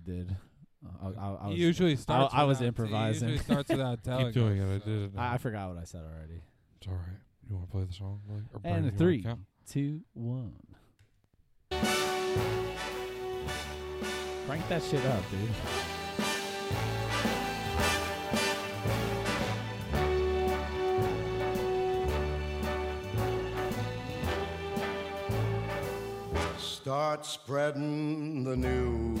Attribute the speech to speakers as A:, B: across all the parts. A: did. Uh, I, I, I
B: He
A: was,
B: usually starts.
A: I was
B: without-
A: improvising.
B: He usually starts without telling.
C: Keep doing
B: us,
C: it. I
B: so.
C: did it. now.
A: I, I forgot what I said already.
C: It's all right. You want to play the song? Like, or Brandon,
A: And
C: you wanna
A: three,
C: count?
A: two, one. Crank that shit up, dude.
D: Start spreading the news.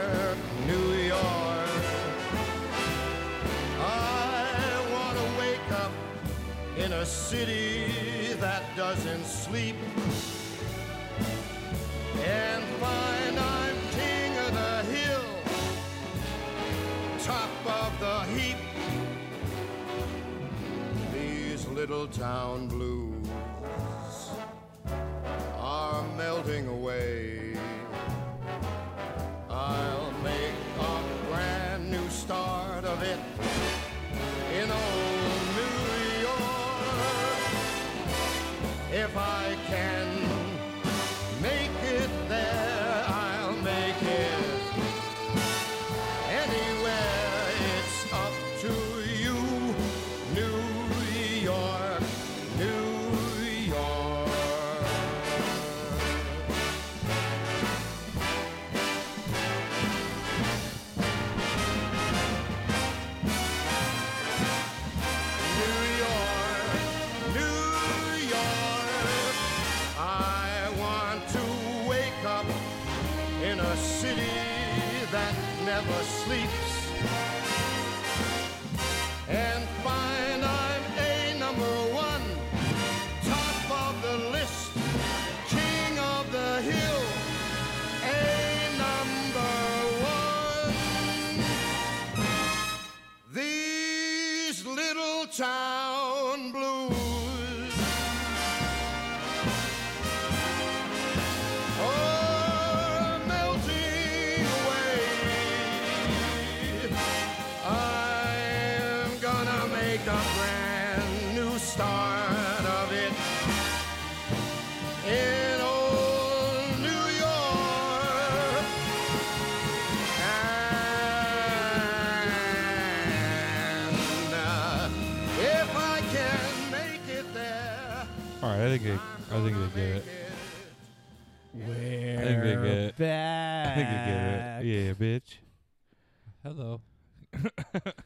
D: New York. I want to wake up in a city that doesn't sleep and find I'm king of the hill, top of the heap. These little town blues are melting away. I'll make a brand new start of it in old New York if I can make it there. I'll make it anywhere. It's up to you, New York, New York. New York, New York. I want to wake up in a city that never sleeps and find I'm a number one, top of the list, king of the hill, a number one. These little town blues. are melting away. I'm gonna make a brand new start of it in old New York. And uh, if I can make it there,
C: All right. I think they, I think they get it.
A: We're
C: I think they get it. I
A: back.
C: think they get it. Yeah, bitch.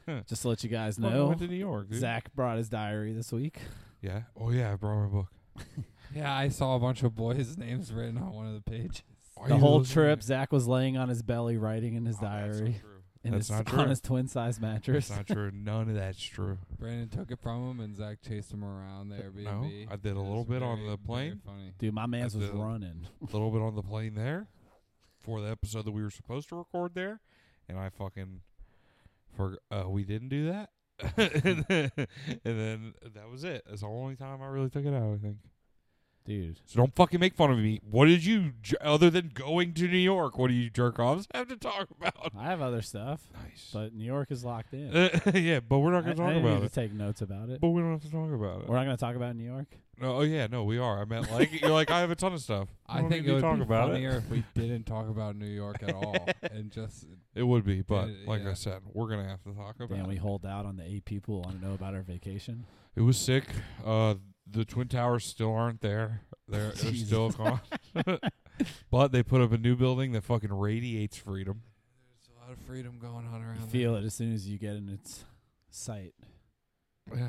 B: Hello.
A: Just to let you guys
C: Fucking
A: know,
C: Went to New York, dude.
A: Zach brought his diary this week.
C: Yeah. Oh yeah, I brought my book.
B: Yeah, I saw a bunch of boys' names written on one of the pages.
C: Why
A: The
C: you
A: whole
C: looking
A: trip,
C: at-
A: Zach was laying on his belly writing in his
C: Oh, that's not
A: diary
C: true.
A: in
C: That's
A: his,
C: not
A: on
C: true.
A: his twin size mattress.
C: That's not true. None of that's true.
B: Brandon took it from him, and Zach chased him around the Airbnb.
C: I did a
B: It
C: little
B: was
C: bit on
B: very,
C: the
B: very
C: plane.
B: Funny.
A: Dude, my man's was
C: That's the-
A: running.
C: A little bit on the plane there for the episode that we were supposed to record there, and I fucking for uh, we didn't do that. and, then, and then that was it. That's the only time I really took it out. I think.
A: Dude.
C: So don't fucking make fun of me. What did you j- other than going to New York? What do you jerk offs have to talk about?
A: I have other stuff,
C: Nice.
A: but New York is locked in.
C: Uh, yeah, but we're not
A: I, I
C: gonna talk
A: didn't
C: about
A: need
C: it.
A: to take notes about it.
C: But we don't have to talk about it.
A: We're not going to talk about New York.
C: No, oh yeah, no, we are. I meant like you're like I have a ton of stuff.
B: I
C: don't
B: think it
C: need to
B: would
C: talk
B: be
C: about
B: funnier
C: it.
B: if we didn't talk about New York at all, and just
C: It would be, but
B: Yeah,
C: like
B: yeah.
C: I said, we're gonna have to talk about.
A: Damn, we
C: it.
A: hold out on the eight people who want to know about our vacation.
C: It was sick. Uh, the twin towers still aren't there. They're, they're
A: Jesus.
C: still gone. but they put up a new building that fucking radiates freedom.
B: there's a lot of freedom going on around.
A: You
B: there.
A: feel it as soon as you get in its sight.
C: Yeah.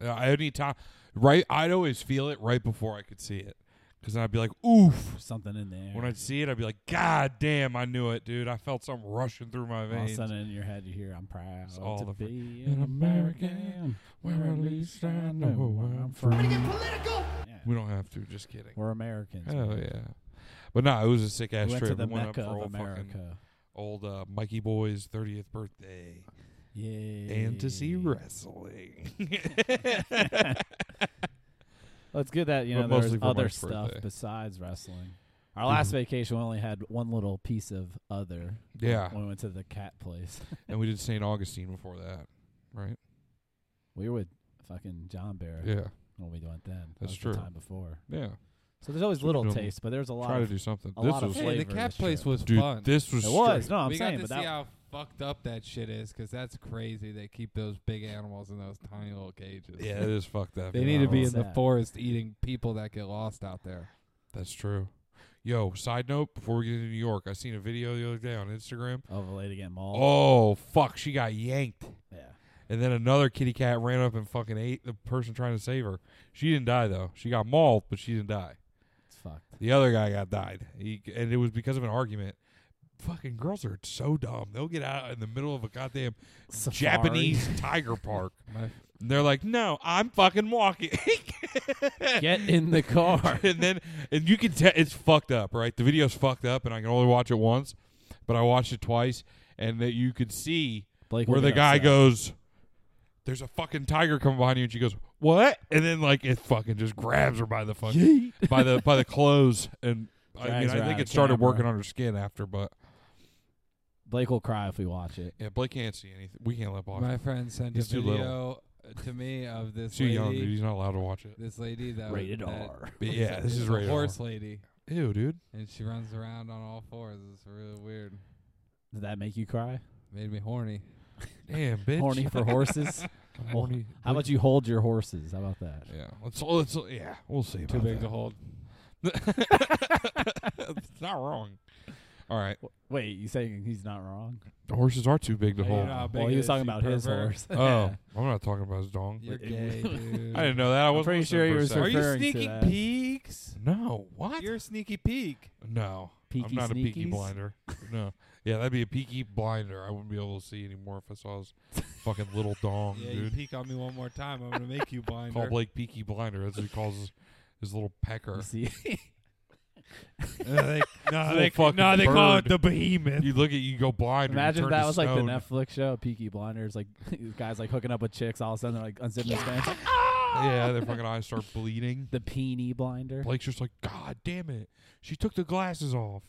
C: Yeah, I any time, right? I'd always feel it right before I could see it, because I'd be like, "Oof!"
A: There's something in there.
C: When I'd see it, I'd be like, "God damn, I knew it, dude! I felt something rushing through my
A: all of a
C: veins."
A: sudden in your head you hear, I'm proud
C: It's all
A: to
C: the fr-
A: be
C: an
A: an
C: American,
A: American.
C: where at least I know where I'm
A: from.
D: political.
A: Yeah.
C: We don't have to. Just kidding.
A: We're Americans.
C: Oh
A: man.
C: yeah, but no, it was a sick ass
A: We went
C: trip.
A: to the
C: we went
A: Mecca
C: up for
A: of
C: all fucking
A: America.
C: old uh, Mikey Boy's 30th birthday
A: Yeah.
C: and to see wrestling.
A: Well, it's good that you know there's
C: But mostly for
A: other
C: Mike's
A: stuff
C: birthday.
A: besides wrestling. Our last
C: Mhm.
A: vacation, we only had one little piece of other.
C: yeah.
A: when we went to the cat place.
C: And we did St. Augustine before that, right?
A: we were with fucking John Bear
C: Yeah.
A: when we went then. That
C: That's
A: was
C: true.
A: The time before,
C: Yeah.
A: so there's always little
C: normal.
A: taste, but there's a lot.
C: Try to
A: Of,
C: do something.
A: a
C: this
A: lot of
C: was
A: flavor
B: Hey, the cat
A: this
B: place
A: trip.
B: was
C: dude,
B: fun.
C: this was
A: it was
C: straight-
A: no, I'm
B: we
A: saying,
B: got
A: but
B: to
A: that
B: see how fucked up that shit is, 'cause that's crazy. They keep those big animals in those tiny little cages.
C: Yeah, it is fucked up.
B: they need to be in the
A: Sad.
B: forest eating people that get lost out there.
C: That's true. Yo, side note, before we get into New York, I seen a video the other day on Instagram.
A: of a lady getting mauled.
C: Oh, fuck, she got yanked.
A: Yeah,
C: And then another kitty cat ran up and fucking ate the person trying to save her. She didn't die though. She got mauled, but she didn't die.
A: it's fucked.
C: The other guy got died. He, and it was because of an argument. Fucking girls are so dumb. They'll get out in the middle of a goddamn
A: Safari.
C: Japanese tiger park.
B: My-
C: And they're like, "No, I'm fucking walking."
A: Get in the car.
C: and then and you can tell it's fucked up, right? The video's fucked up, and I can only watch it once, but I watched it twice, and that you could see
A: Blake
C: where
A: will
C: the
A: get
C: guy
A: upset.
C: goes, "There's a fucking tiger coming behind you," and she goes, "What?" And then like it fucking just grabs her by the fucking
A: Yeet.
C: by the by the clothes, and I, mean,
A: Drags her
C: I
A: out
C: think
A: of
C: it started
A: camera.
C: working on her skin after, but
A: Blake will cry if we watch it.
C: yeah, Blake can't see anything. We can't let Blake.
B: my friend sent
C: He's
B: a
C: too
B: video uh, to me of this
C: He's too
B: lady.
C: young, dude. He's not allowed to watch it.
B: This lady that
A: Rated
B: that-
A: R.
C: But yeah, this
B: it's
C: is
B: a
C: rated.
B: horse
C: R.
B: lady,
C: Ew, dude.
B: and she runs around on all fours. It's really weird.
A: Did that make you cry?
B: Made me horny.
C: Damn, bitch.
A: Horny for horses.
C: Horny.
A: How about you hold your horses? How about that?
C: Yeah, let's. Let's. Yeah, we'll see.
B: Too
C: about
B: big
C: that.
B: to hold.
C: it's not wrong. All right.
A: Wait, you saying he's not wrong?
C: The horses are too big to
B: Hey, you
C: hold.
B: know how big
A: Well,
B: it
A: he was
B: is,
A: talking
B: you
A: about his
B: pervert.
A: horse.
C: Oh, I'm not talking about his dong.
B: You're
A: Like,
B: gay, dude.
C: I didn't know that. I
A: I'm
C: wasn't
A: pretty sure he
C: listening for a
A: was
C: second.
A: referring to that.
B: peeks?
C: No. What?
B: You're a sneaky peek.
C: no.
A: Peaky
C: I'm not a peaky
A: sneakies?
C: blinder. no. Yeah, that'd be a peaky blinder. I wouldn't be able to see anymore if I saw his fucking little dong,
B: yeah, you
C: dude.
B: peek on me one more time, I'm gonna make you blind.
C: Call Blake peaky blinder. That's what he calls his, his little pecker.
A: You see,
B: they,
C: Little fucking bird.
B: behemoth.
C: You look at you go blind. or you
A: imagine if
C: turn
A: that
C: to
A: was like the
C: stone.
A: Netflix show Peaky Blinders. Like these guys like hooking up with chicks, all of a sudden they're like unzipping his pants. like,
C: Yeah, their fucking eyes start bleeding.
A: the peony blinder.
C: Blake's just like, God damn it. She took the glasses off.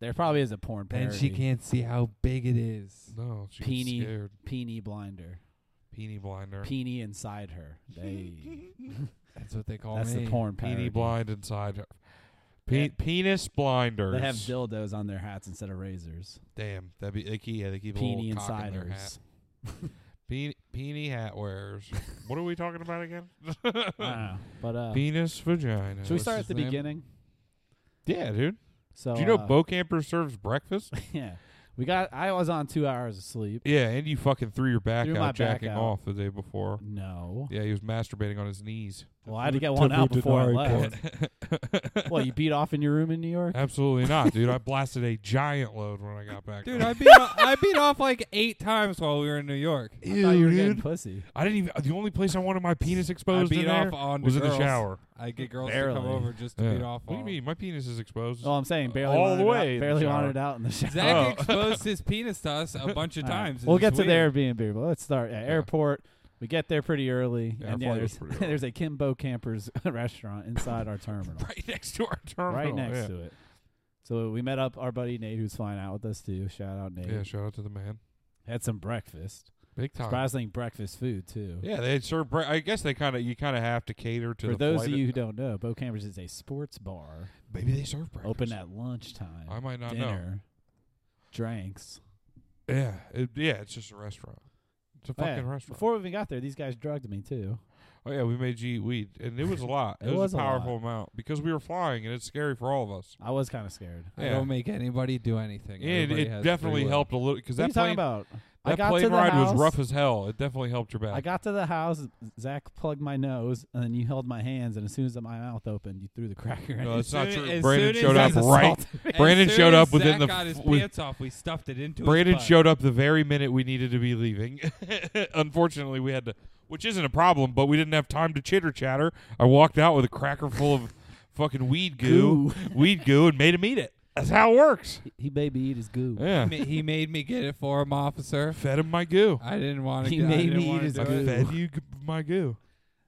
A: There probably is a porn parody.
B: And she can't see how big it is.
C: No, she
A: Peony.
C: Peony. scared.
A: peony blinder.
C: Peony blinder.
A: Peony inside her. They,
B: That's what they call
A: that's
B: me.
A: the porn parody.
C: Peony blind inside her. Pe-
A: Yeah.
C: Penis blinders.
A: They have dildos on their hats instead of razors.
C: Damn, that'd be icky. Yeah, they keep
A: Peony
C: a little cock in their hat.
A: insiders.
C: Pe- peony hat wearers. what are we talking about again?
A: I don't know. But uh,
C: Penis vagina.
A: should we
B: what's
A: start
B: his
A: at the
B: name?
A: beginning?
C: Yeah, dude.
A: So
C: Do you know
A: uh,
C: Bo Camper serves breakfast?
A: Yeah, we got. I was on two hours of sleep.
C: yeah, and you fucking threw your back
A: Threw my
C: out
A: back
C: jacking
A: out.
C: off the day before.
A: No.
C: Yeah, he was masturbating on his knees.
A: Well, I had to
B: food-
A: get
B: to
A: one out
B: food
A: before I
B: denied
A: left. well, you beat off in your room in New York?
C: Absolutely not, dude. I blasted a giant load when I got back.
B: Dude,
C: home.
B: I beat off, I beat off like eight times while we were in New York.
A: I thought you were getting pussy.
C: I didn't even. The only place I wanted my penis exposed
B: I beat
C: in there
B: off on
C: was
B: the
C: in the
B: girls. Oh.
C: shower.
B: I get girls to come
A: Barely.
B: over just to
C: Yeah.
B: beat off.
C: What do you
B: on.
C: mean? My penis is exposed.
A: Oh, I'm saying barely
C: All
A: wanted
C: the
A: it
C: way
A: out,
C: in the
A: barely
C: shower.
A: wanted it out in the shower.
B: Zach
C: Oh.
B: exposed his penis to us a bunch of
A: All right.
B: times.
A: We'll
B: It's
A: get to
B: weird.
A: the Airbnb, but let's start at airport. We get there pretty early,
C: Yeah, our
A: and yeah,
C: flight was
A: there's,
C: pretty early.
A: there's a Kimbo Campers restaurant inside our terminal,
C: right next to our terminal.
A: right next
C: Oh, yeah.
A: to it. So we met up our buddy Nate, who's flying out with us too. Shout out Nate.
C: Yeah, shout out to the man.
A: Had some breakfast,
C: Big time.
A: surprising breakfast food too.
C: Yeah, they serve. Bre- I guess they kind of you kind of have to cater to
A: For
C: the
A: those
C: flight
A: of you who don't know, Bo Campers is a sports bar
C: Maybe they serve breakfast.
A: open at lunchtime.
C: I might not
A: dinner, drinks.
C: know. Yeah, it, yeah. It's just a restaurant. It's a
A: Oh, yeah.
C: fucking restaurant.
A: Before we even got there, these guys drugged me too.
C: oh yeah, we made you eat weed, and it was a lot.
A: It
C: was,
A: was
C: a
A: a lot.
C: powerful amount because we were flying, and it's scary for all of us.
A: I was kind of scared.
B: I
C: Yeah.
B: don't make anybody do anything.
C: And
B: Everybody
C: it
B: has free
C: definitely
B: will.
C: helped a little because
A: What are
C: that
A: you talking
C: plane
A: about?
C: that
A: I got
C: plane
A: to the
C: ride
A: house,
C: was rough as hell. It definitely helped your back.
A: I got to the house. Zach plugged my nose, and then you held my hands. And as soon as my mouth opened, you threw the cracker. in.
C: no,
A: it.
C: that's not
B: As soon-
C: true.
B: as
C: Brandon
B: soon as
C: showed up
B: he's
C: right.
B: As
C: Brandon
B: soon
C: showed
B: as
C: up within
B: Zach
C: the
B: got his
C: f- with-
B: pants off. We stuffed it into.
C: Brandon
B: his butt.
C: showed up the very minute we needed to be leaving. Unfortunately, we had to, which isn't a problem, but we didn't have time to chitter chatter. I walked out with a cracker full of fucking weed goo,
A: Goo.
C: weed goo, and made him eat it. That's how it works.
A: He, he made me eat his goo.
C: Yeah.
B: Ma- he made me get it for him, officer.
C: Fed him my goo.
B: I didn't want to.
A: He
B: get,
A: made
B: I didn't
A: me eat
B: wanna
A: his
B: do
C: I
B: it.
A: goo.
C: fed you g- my goo.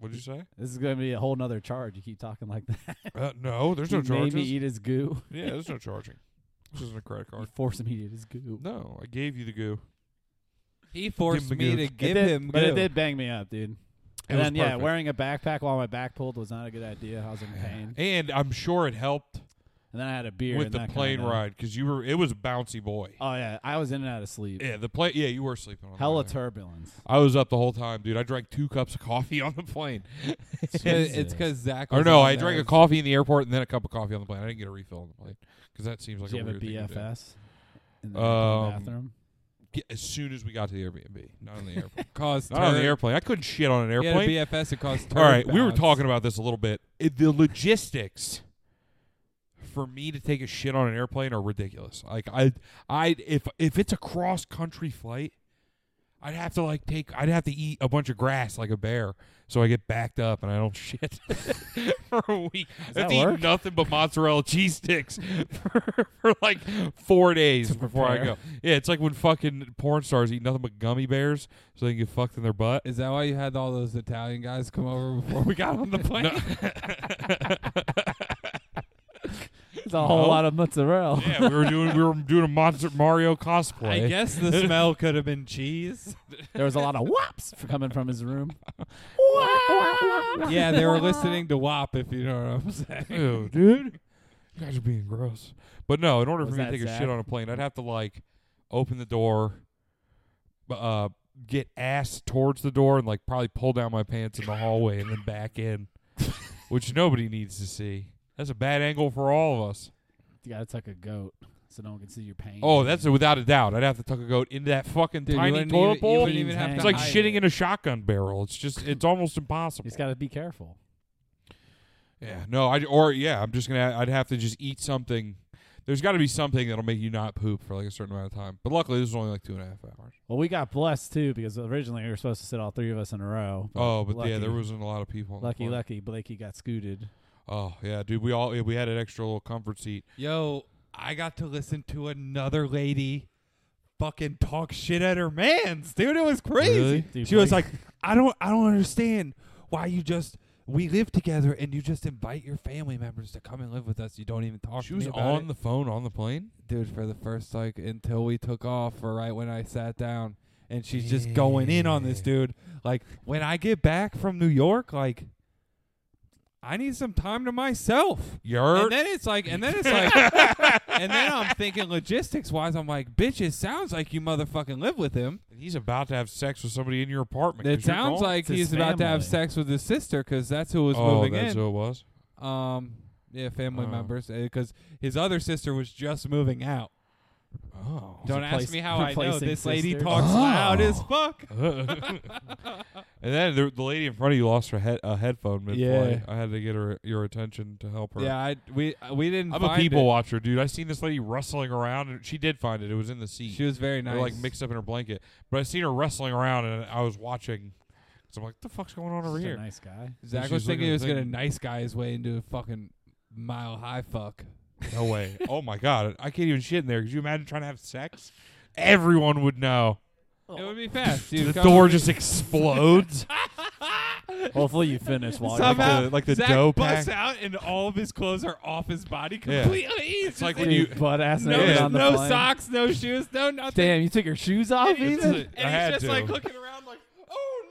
C: What'd you say?
A: This is going to be a whole nother charge. You keep talking like that.
C: Uh, no, there's no
A: he made me
C: charges.
A: eat his goo.
C: Yeah, there's no charging. This isn't a credit
A: You
C: card.
A: forced me to eat his goo.
C: No, I gave you the goo.
B: He forced
C: Give him the
B: me
C: goo.
B: to
A: It
B: give
A: did-
B: him
A: but
B: goo.
A: it did bang me up, dude.
C: It
A: and
C: was
A: then yeah,
C: perfect.
A: wearing a backpack while my back pulled was not a good idea. I was in pain,
C: And I'm sure it helped
A: and then I had a beer
C: with
A: and
C: the
A: that
C: plane
A: kinda-
C: ride because you were. It was a bouncy boy.
A: Oh yeah, I was in and out of sleep.
C: yeah, the plane. Yeah, you were sleeping. On the
A: Hella
C: plane.
A: turbulence.
C: I was up the whole time, dude. I drank two cups of coffee on the plane.
B: Yeah, It's because Zach.
C: Or
B: was
C: no,
B: on
C: I
B: there.
C: drank a coffee in the airport and then a cup of coffee on the plane. I didn't get a refill on the plane because that seems like
A: Did you
C: a
A: have a
C: weird thing. to do.
A: BFS in the
C: Um,
A: bathroom?
C: Yeah, as soon as we got to the Airbnb, not on the airplane.
B: Caused
C: not on the
B: turd-
C: airplane. I couldn't shit on an
B: He had a
C: airplane.
B: BFS that caused.
C: All
B: turd
C: right, we were
B: bounce.
C: talking about this a little bit. It- the logistics for me to take a shit on an airplane are ridiculous. Like I, I if if it's a cross country flight, I'd have to like take. I'd have to eat a bunch of grass like a bear, so I get backed up and I don't shit for a week. I have
A: that
C: to
A: work?
C: eat nothing but mozzarella cheese sticks for, for like four days before I
A: prepare.
C: go. Yeah, it's like when fucking porn stars eat nothing but gummy bears so they can get fucked in their butt.
B: Is that why you had all those Italian guys come over before we got on the plane?
A: It's a whole
C: no.
A: lot of mozzarella.
C: Yeah, we were doing we were doing a monster Mario cosplay.
B: I guess the smell could have been cheese.
A: There was a lot of whops for coming from his room.
B: yeah, they were listening to WAP, if you know what I'm saying.
C: Ew, dude. You guys are being gross. But no, in order
A: Was
C: for me
A: that
C: to take
A: Zach?
C: a shit on a plane, I'd have to like open the door, b- uh, get ass towards the door, and like probably pull down my pants in the hallway and then back in, which nobody needs to see. That's a bad angle for all of us.
A: You gotta tuck a goat so no one can see your pain.
C: Oh, that's without a doubt. I'd have to tuck a goat into that fucking
B: Dude, you
C: tiny
B: wouldn't
C: toilet
B: even- you
C: bowl.
B: wouldn't even have
A: It's
C: it's
B: to
C: like
B: hide
C: shitting
B: it.
C: in a shotgun barrel. It's just, it's almost
A: You
C: impossible.
A: just gotta be careful.
C: Yeah, no, I or yeah, I'm just gonna. I'd have to just eat something. There's got to be something that'll make you not poop for like a certain amount of time. But luckily, this is only like two and a half hours.
A: Well, we got blessed too because originally we were supposed to sit all three of us in a row.
C: oh, but
A: lucky,
C: yeah, there wasn't a lot of people. on the
A: lucky,
C: flight.
A: lucky Blakey got scooted.
C: Oh yeah, dude, we all yeah, we had an extra little comfort seat.
B: Yo, I got to listen to another lady fucking talk shit at her man's, dude. It was crazy.
C: Really?
A: Dude,
B: she was
A: Blake-
B: like, I don't I don't understand why you just we live together and you just invite your family members to come and live with us. You don't even talk
C: she
B: to
C: was
B: me about
C: on
B: it."
C: the phone on the plane.
B: dude for the first like until we took off or right when I sat down and she's just going in on this dude. Like when I get back from New York, like I need some time to myself.
C: Yurt.
B: And then it's like and then it's like and then I'm thinking logistics wise, I'm like, bitch, it sounds like you motherfucking live with him.
C: He's about to have sex with somebody in your apartment.
B: It
C: 'cause you're
B: sounds
C: gone.
B: like
A: It's his
B: he's about to have
A: family.
B: sex with his sister because that's who was
C: oh,
B: moving
C: that's
B: in.
C: who it was.
B: um, yeah, family
C: Oh.
B: members because his other sister was just moving out.
C: Oh.
B: Don't
A: replace-
B: ask me how I know.
A: replacing
B: This lady
A: sisters.
B: talks loud
C: Oh.
B: as fuck.
C: and then the, the lady in front of you lost her head, a headphone mid flight.
B: Yeah.
C: I had to get her your attention to help her.
B: Yeah, I, we uh, we didn't.
C: I'm a
B: find
C: people
B: it.
C: watcher, dude. I seen this lady rustling around, and she did find it. It was in the seat.
B: She was very
C: They
B: nice.
C: were, like mixed up in her blanket. But I seen her rustling around, and I was watching. So I'm like, "The fuck's going on over
A: Such a
C: here?"
A: nice guy.
B: Zach was
C: she was looking
B: thinking he
C: at
B: was
C: the
B: gonna
C: thing.
B: nice guy his way into a fucking mile high fuck.
C: No way. oh my god, I can't even shit in there. Could you imagine trying to have sex? Everyone would know.
B: It would be fast. Dude,
C: the
B: Come-
C: door just explodes.
A: Hopefully you finish while you're
B: Somehow,
C: the- like the
B: Zach
C: dough
B: busts
C: pack.
B: out, and all of his clothes are off his body
C: Yeah.
B: completely. He's
C: It's like
B: just
C: when you.
A: butt ass
B: no,
A: naked
C: Yeah.
A: on the
B: no
A: plane.
B: socks, no shoes, no nothing.
A: Damn, you took your shoes off
B: And he's
A: even.
B: just,
A: Did
B: and
C: I had
B: he's just
C: to.
B: like looking around, like, oh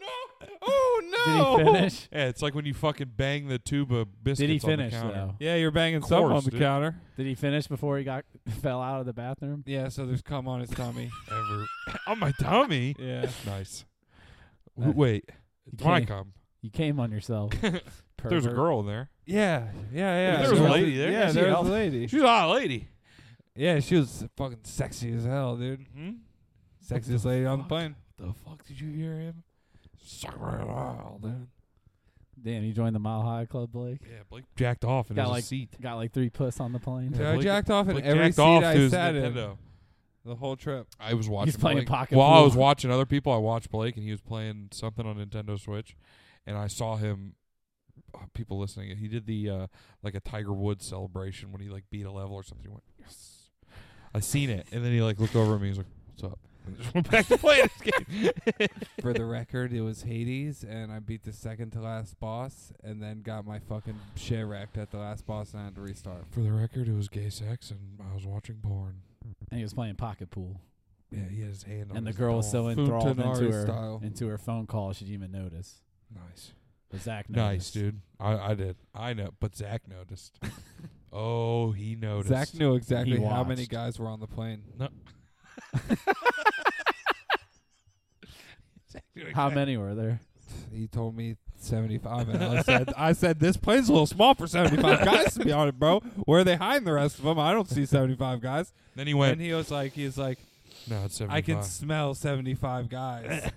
B: no, oh
A: he
B: no.
A: finish?
C: Yeah, it's like when you fucking bang the tuba biscuits.
A: Did he
C: on the
A: finish
C: counter.
A: though?
B: Yeah, you're banging
C: Of
B: something on
C: course,
B: the
C: dude.
B: counter.
A: Did he finish before he got fell out of the bathroom?
B: Yeah, so there's cum on his tummy.
C: Ever on my tummy?
B: yeah.
C: Nice.
A: Nice.
C: W- Wait, it's my
A: can't-
C: cum.
A: You came on yourself.
C: There's a
A: pervert.
C: girl in there.
B: Yeah, yeah, yeah.
C: There was a lady there.
B: Yeah,
A: She
B: there was
A: helped.
B: a lady.
C: She's a hot lady.
B: Yeah, she was fucking sexy as hell, dude.
C: Hmm?
B: Sexiest lady on the
C: fuck?
B: plane.
C: The fuck did you hear him? Suck right out, dude.
A: Damn, you joined the Mile High Club, Blake.
C: Yeah, Blake jacked off in
A: Got
C: his
A: like-
C: seat.
A: Got like three puss on the plane.
B: Dude,
C: Yeah,
B: I
C: Blake-
B: jacked off in
C: Blake
B: every
C: jacked
B: seat
C: off to
B: I
C: his
B: sat in
C: Nintendo.
B: the whole trip.
C: I was watching.
A: playing
C: Blake.
A: pocket
C: While I was
A: pool.
C: watching other people, I watched Blake, and he was playing something on Nintendo Switch, and I saw him uh, people listening, he did the uh, like a Tiger Woods celebration when he like beat a level or something. He went, yes, I seen it, and then he like looked over at me. He's like, what's up? And just went back to playing this game.
B: For the record, it was Hades, and I beat the second to last boss, and then got my fucking shit wrecked at the last boss, and I had to restart.
C: For the record, it was gay sex, and I was watching porn.
A: And he was playing pocket pool,
C: Yeah, he had his hand on.
A: and the
C: his
A: girl was
C: dong.
A: so enthralled into
B: Futanari
A: her
B: style.
A: into her phone call she didn't even notice.
C: nice,
A: But Zach noticed.
C: nice, dude. I I did. I know, but Zach noticed. oh, he noticed.
B: Zach knew exactly
A: He
B: how many
A: watched.
B: guys were on the plane.
C: No. Zach knew
A: How
C: exactly-
A: many were there?
B: He told me 75, and I said, I said, this plane's a little small for 75 guys, to be honest, bro. Where are they hiding the rest of them? I don't see 75 guys.
C: Then he went.
B: And he was like, he's like,
C: no, it's seventy-five.
B: I can smell 75 guys.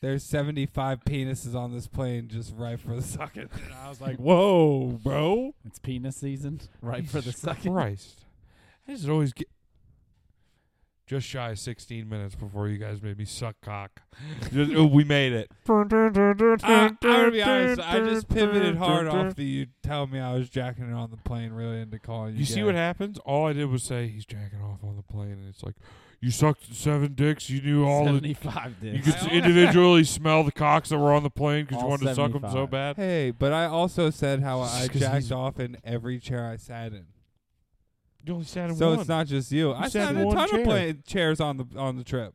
B: There's 75 penises on this plane just right for the socket. And I was like, whoa, bro.
A: It's penis season, right for the
C: Jesus
A: second.
C: Christ. I just always get just shy of 16 minutes before you guys made me suck cock. Just- oh, we made it.
B: I, I'm Uh, gonna be honest. I just pivoted hard off the you telling me I was jacking it on the plane, really into calling you.
C: You see
B: gay.
C: what happens? All I did was say he's jacking off on the plane, and it's like you sucked seven dicks. You knew all the.
A: Seventy-five
C: You
A: dicks.
C: could s- individually smell the cocks that were on the plane because you
A: All
C: wanted to suck them so
A: 75.
C: bad.
B: Hey, but I also said how I
C: 'Cause he's-
B: jacked off in every chair I sat in.
C: You only sat in
B: so
C: one.
B: it's not just you. I
C: sat
B: sat
C: in
B: in a
C: one
B: ton
C: chair.
B: of plane chairs on the on the trip.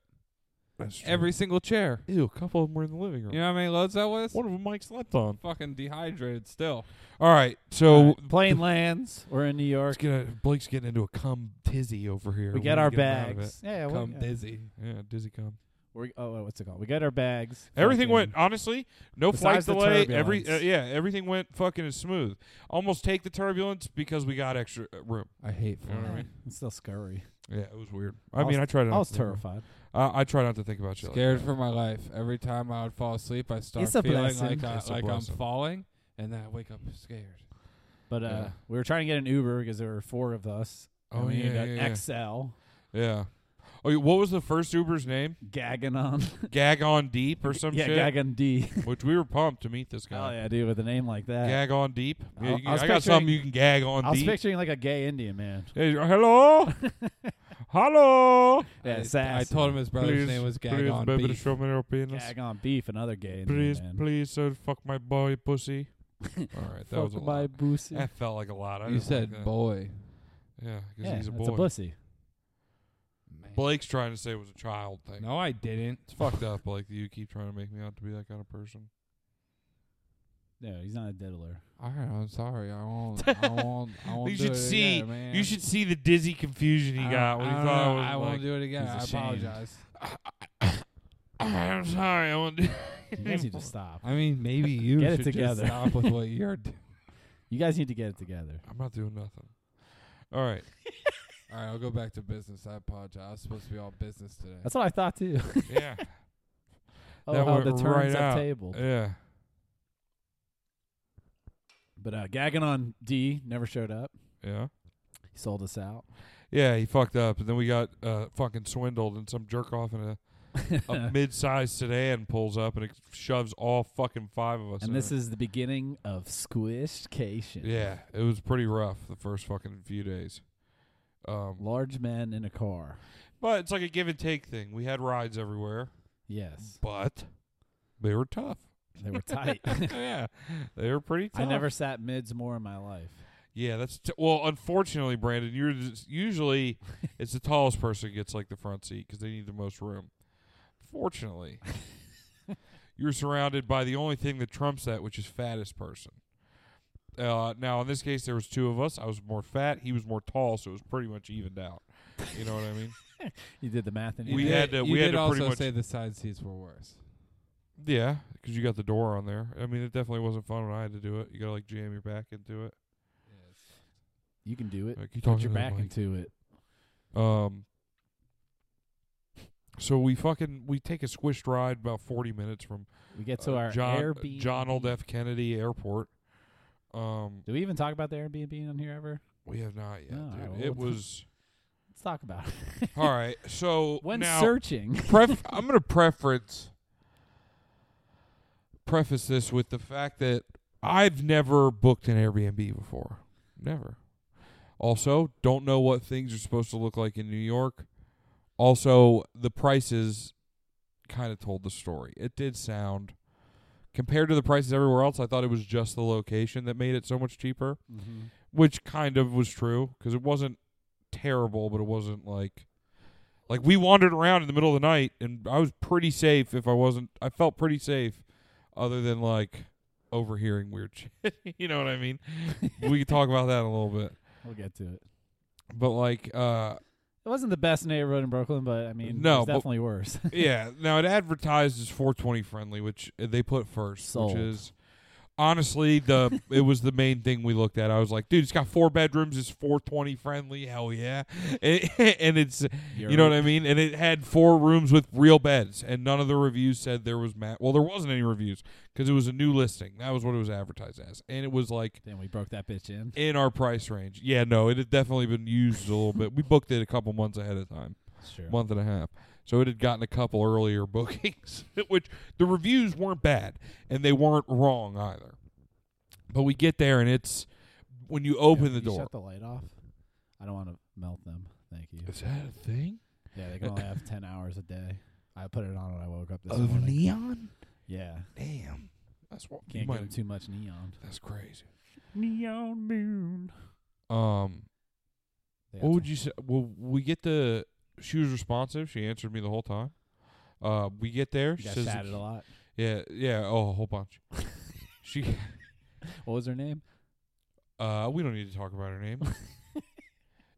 C: That's true.
B: Every single chair.
C: ew, a couple of them were in the living room.
B: You know how many loads that was?
C: One of them Mike slept on.
B: Fucking dehydrated still.
C: All right, so
A: plane lands. We're in New York.
C: Blake's, gonna, Blake's getting into a cum tizzy over here.
A: We get
C: need
A: our
C: to him out of
A: bags. Yeah, we-
B: Come
A: yeah.
B: dizzy.
C: it. Yeah, dizzy cum.
A: We're, oh, what's it called? We got our bags.
C: Everything
A: Fucking-
C: went honestly. No flight
A: Besides the
C: delay. Every uh,
A: turbulence.
C: yeah, everything went fucking as smooth. Almost take the turbulence because we got extra uh, room.
B: I hate
C: You know what I mean?
A: It's still scurry.
C: Yeah, it was weird.
A: Uh-huh.
C: I,
A: I was-
C: mean, I tried. Not
A: I was
C: to think about-
A: terrified.
C: Uh, I try not to think about shit. like
B: Scared for my life. Every time I would fall asleep, I start
A: It's a
B: feeling
A: blessing.
B: like, I,
C: It's a
B: like I'm
C: blessing.
B: falling, and then I wake up scared.
A: But uh,
C: Yeah.
A: we were trying to get an Uber because there were four of us.
C: that.
A: and
C: Oh
A: we
C: yeah,
A: needed
C: yeah,
A: an
C: yeah.
A: XL
C: yeah. Oh, yeah, what was the first Uber's name?
A: gagging on.
C: Gag on Deep or some
A: yeah,
C: shit.
A: gagging D.
C: Which we were pumped to meet this
A: Oh
C: guy.
A: yeah, dude, with a name like that.
C: Gag on Deep.
A: I-
C: Yeah,
A: I
C: you-
A: was
C: I got something
A: picturing-
C: you can gag on
A: I was
C: deep.
A: picturing like a gay Indian man.
C: Hey, hello, hello.
A: Yeah,
B: I, I
A: sassy.
B: told him his brother's
C: Please,
B: name was
C: please,
B: Gagon
C: baby,
B: Beef.
C: show me your penis.
A: Gag on beef, another gay Indian
C: Please,
A: man.
C: please, sir, fuck my boy, pussy. All right, that was a
A: Fuck my
C: lot.
A: boosie.
C: That felt like a lot. I
B: You
C: didn't
B: said
C: like that.
B: boy.
C: Yeah, because
A: yeah,
C: he's a
A: that's a
C: boy.
A: pussy.
B: Man.
C: Blake's trying to say it was a child thing.
B: No, I didn't.
C: It's fucked up, Blake. that You keep trying to make me out to be that kind of person.
A: No, he's not a diddler.
B: All right, I'm sorry. I won't. I won't. I won't
C: You
B: do
C: should
B: it
C: see-
B: Again, man.
C: You should see the dizzy confusion he
B: I
C: got
B: don't-
C: when
B: I
C: he
B: don't
C: thought
B: know.
C: I was
B: I
C: like,
B: won't do it again.
A: he's
B: I
A: ashamed.
B: apologize.
C: I'm sorry, I won't do
A: You guys need to stop.
B: I mean, maybe you
A: Get it
B: should
A: together.
B: just stop with what you're doing.
A: You guys need to get it together.
C: I'm not doing nothing. All right.
B: All right, I'll go back to business. I apologize. I was supposed to be all business today.
A: That's what I thought too.
C: Yeah.
A: oh,
C: That
A: how
C: went
A: the turns
C: right
A: up
C: out.
A: table.
C: yeah.
A: But uh, gagging on D never showed up.
C: Yeah.
A: He sold us out.
C: Yeah, he fucked up, and then we got uh, fucking swindled, and some jerk off in a a mid-sized sedan pulls up and it shoves all fucking five of us. in
A: and this
C: it.
A: is the beginning of squishcation.
C: yeah, it was pretty rough the first fucking few days. Um,
A: Large men in a car.
C: but it's like a give and take thing. We had rides everywhere,
A: Yes.
C: but they were tough.
A: They were tight.
C: yeah, they were pretty tough.
A: I never sat mids more in my life.
C: Yeah, that's t- well. Unfortunately, Brandon, you're just, usually it's the tallest person gets like the front seat because they need the most room. Fortunately, you're surrounded by the only thing that trumps that, which is fattest person. Uh, now, in this case, there was two of us. I was more fat. He was more tall, so it was pretty much evened out. You know what I mean?
A: You did the math and
B: You
C: We
B: did-
C: had to-
B: You
C: we had
B: did
C: to
B: also
C: pretty much-
B: say the side seats were worse.
C: Yeah, because you got the door on there. I mean, it definitely wasn't fun when I had to do it. You got to like jam your back into it.
A: you can do it.
C: Like, you
A: Put
C: talking
A: your
C: to the
A: back
C: mic.
A: into it.
C: Um. So we fucking we take a squished ride about forty minutes from
A: We get
C: uh,
A: to our
C: John
A: Airbnb.
C: John Old F Kennedy Airport. Um,
A: Do we even talk about the Airbnb on here ever?
C: we have not yet.
A: No,
C: dude.
A: well,
C: it was
A: Let's talk about it.
C: all right. So
A: When
C: now,
A: searching,
C: pref- I'm gonna preference preface this with the fact that I've never booked an Airbnb before. Never. Also, don't know what things are supposed to look like in New York. Also, the prices kind of told the story. It did sound compared to the prices everywhere else, I thought it was just the location that made it so much cheaper, which kind of was true because it wasn't terrible, but it wasn't like like we wandered around in the middle of the night and I was pretty safe if I wasn't I felt pretty safe other than like overhearing weird shit. you know what I mean? we could talk about that in a little bit.
A: We'll get to it.
C: But like uh
A: It wasn't the best neighborhood in Brooklyn, but I mean, it
C: No,
A: was
C: but-
A: definitely worse.
C: yeah, now it advertised as 420 friendly, which they put first,
A: Sold.
C: which is honestly the it was the main thing we looked at. I was like, dude, it's got four bedrooms, it's 420 friendly, hell yeah, and, and it's you know what I mean? And it had four rooms with real beds, and none of the reviews said there was mat. Well, there wasn't any reviews because it was a new listing. That was what it was advertised as, and it was like
A: Then we broke that bitch in.
C: in our price range. Yeah, no, it had definitely been used a little bit. We booked it a couple months ahead of time,
A: Sure.
C: month and a half. So it had gotten a couple earlier bookings, which the reviews weren't bad, and they weren't wrong either. But we get there, and it's when you open the
A: you
C: door.
A: Shut the light off. I don't want to melt them. Thank you.
C: Is that a thing?
A: Yeah, they can only have ten hours a day. I put it on when I woke up this
C: Of
A: morning.
C: neon?
A: Yeah,
C: Damn. That's what you
A: can't
C: might
A: give 'em too much neon.
C: That's crazy.
A: Neon moon.
C: Um, what would you say? Well, we get the. She was responsive. She answered me the whole time. Uh, we get there. She
A: Got
C: says,
A: chatted a lot.
C: Yeah, yeah. Oh, a whole bunch. she.
A: What was her name?
C: Uh, we don't need to talk about her name.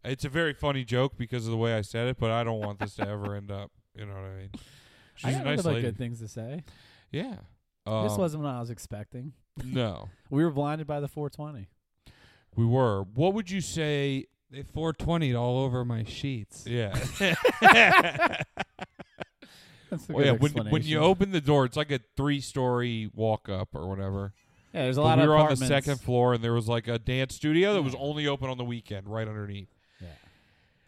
C: it's a very funny joke because of the way I said it, but I don't want this to ever end up. You know what I mean? She's
A: I
C: a
A: got
C: nice
A: nothing but
C: lady.
A: good things to say.
C: Yeah. Um,
A: this wasn't what I was expecting.
C: no.
A: We were blinded by the 420.
C: We were. What would you say?
B: They 420'd all over my sheets.
C: Yeah.
A: That's a good
C: Well, Oh, yeah, when, when
A: explanation.
C: you open the door, it's like a three story walk up or whatever.
A: yeah, there's a
C: But
A: lot
C: we
A: of
C: were on the
A: apartments.
C: second floor, and there was like a dance studio that was
A: Yeah.
C: only open on the weekend, right underneath.
A: Yeah.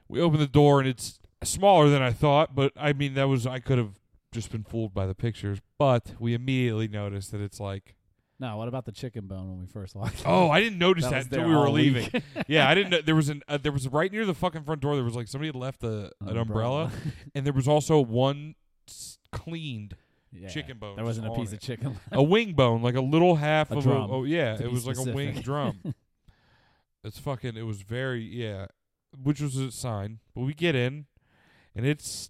C: We opened the door, and it's smaller than I thought, but I mean that was I could have just been fooled by the pictures, but we immediately noticed that it's like,
A: No, what about the chicken bone when we first walked? in?
C: oh, I didn't notice
A: That
C: that,
A: was there
C: until we were
A: all week.
C: leaving. yeah, I didn't. know There was an uh, there was right near the fucking front door. There was like somebody had left a, an umbrella, and there was also one s- cleaned
A: Yeah.
C: chicken bone.
A: There
C: just
A: wasn't a
C: on
A: piece
C: it.
A: of chicken.
C: a wing bone, like a little half
A: A
C: of
A: drum,
C: a. Oh yeah,
A: to
C: it
A: be
C: was like a wing
A: specific.
C: drum. it's fucking. It was very yeah, which was a sign. But we get in, and it's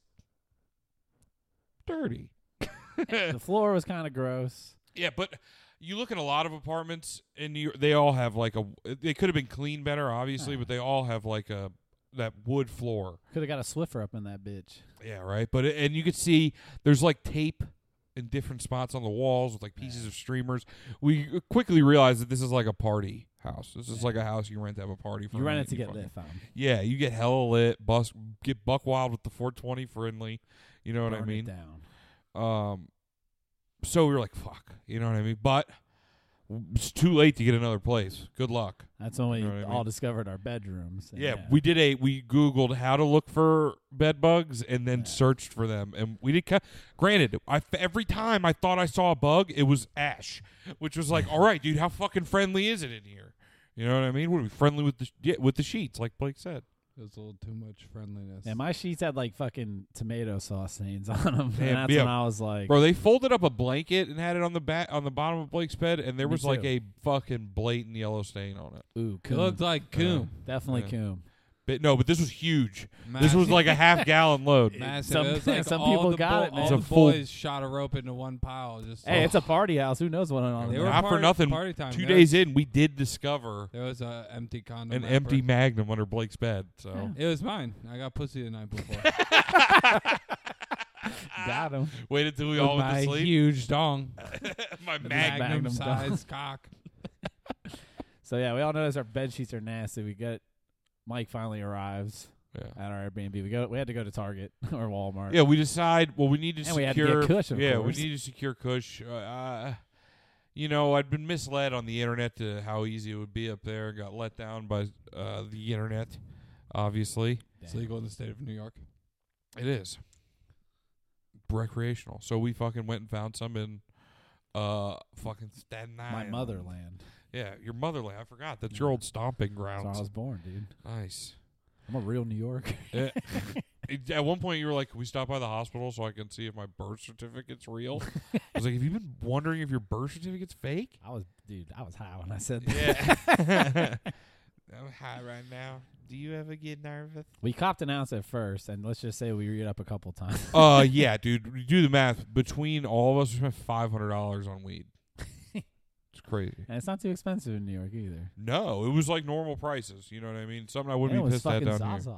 C: dirty.
A: the floor was kind of gross.
C: Yeah, but you look at a lot of apartments in New York. They all have like a. They could have been cleaned better, obviously,
A: Ah.
C: but they all have like a that wood floor.
A: Could have got a Swiffer up in that bitch.
C: Yeah, right. But it, and you could see there's like tape in different spots on the walls with like pieces of streamers. We quickly realized that this is like a party house. This is
A: Yeah.
C: like a house you rent to have a party for.
A: You ran
C: and
A: it to get
C: fucking-
A: lit, fam.
C: Yeah, you get hella lit. Bus get buck wild with the 420 friendly. You know what
A: Burn
C: I
A: it
C: mean?
A: down.
C: Um, so we were like, fuck. You know what I mean? But it's too late to get another place. Good luck.
A: That's when we
C: know what I
A: all
C: mean?
A: discovered our bedrooms. and
C: Yeah, we did a we googled how to look for bed bugs and then
A: Yeah.
C: searched for them and we did ca- granted I f- every time I thought I saw a bug it was ash which was like all right dude how fucking friendly is it in here you know what I mean we're friendly with the sh- yeah, with the sheets like Blake said
B: It was a little too much friendliness.
A: And my sheets had like fucking tomato sauce stains on them.
C: Damn,
A: and that's
C: yeah.
A: when I was like,
C: bro they folded up a blanket and had it on the back on the bottom of Blake's bed and there
A: Me
C: was like
A: too.
C: a fucking blatant yellow stain on it
A: ooh,
B: it
A: coom.
B: looked like coom.
A: Definitely
C: Yeah.
A: coom.
C: but no but this was huge this was like a half gallon load
B: massive.
A: Some-
B: it was like
A: some
B: all
A: people
B: the
A: got
B: bo-
A: it, man.
B: All
C: It's a
B: the
C: full-
B: boys shot a rope into one pile. Just
A: Hey, it's a party house. Who knows what went on
C: They
A: there?
C: were Not for
B: party-
C: nothing,
B: Party time.
C: two
B: There
C: days
B: was-
C: in we did discover
B: There was a empty condom.
C: an
B: wrapper.
C: empty magnum under Blake's bed so.
A: Yeah.
B: It was mine. I got pussy the night before.
A: Got him.
C: Waited till
B: With
C: we all went
B: my
C: to sleep.
B: huge dong,
C: my
A: Magnum
C: mag.
B: magnum,
A: dong.
B: size cock.
A: So yeah, we all noticed our bed sheets are nasty. We get Mike finally arrives
C: Yeah.
A: at our Airbnb. We go. We had to go to Target or Walmart.
C: yeah, we decide. Well, we need to
A: And we
C: secure.
A: had to get Kush, of
C: yeah,
A: course.
C: we need to secure Kush. Uh, Uh, you know, I'd been misled on the internet to how easy it would be up there. Got let down by uh, the internet. Obviously,
B: It's legal in the state of New York.
C: it is recreational. So we fucking went and found some in uh, fucking Staten
A: my Mm.
C: Island.
A: motherland.
C: Yeah, your motherland. I forgot. That's your
A: Yeah.
C: old stomping
A: That's where I
C: grounds.
A: was born, dude.
C: nice.
A: I'm a real New Yorker.
C: Eh, At one point, you were like, "Can we stop by the hospital so I can see if my birth certificate's real?" I was like, "Have you been wondering if your birth certificate's fake?"
A: I was, dude. I was high when I said that.
C: Yeah. I'm high right now. Do you ever get nervous?
A: We copped an ounce at first, and let's just say we read up a couple times.
C: Uh, yeah, dude. Do the math. Between all of us, we spent five hundred dollars on weed. it's crazy.
A: and it's not too expensive in New York either.
C: No, it was like normal prices. You know what I mean? Something I wouldn't
A: And it
C: be
A: was
C: pissed at
A: fucking
C: down here.
A: Zaza.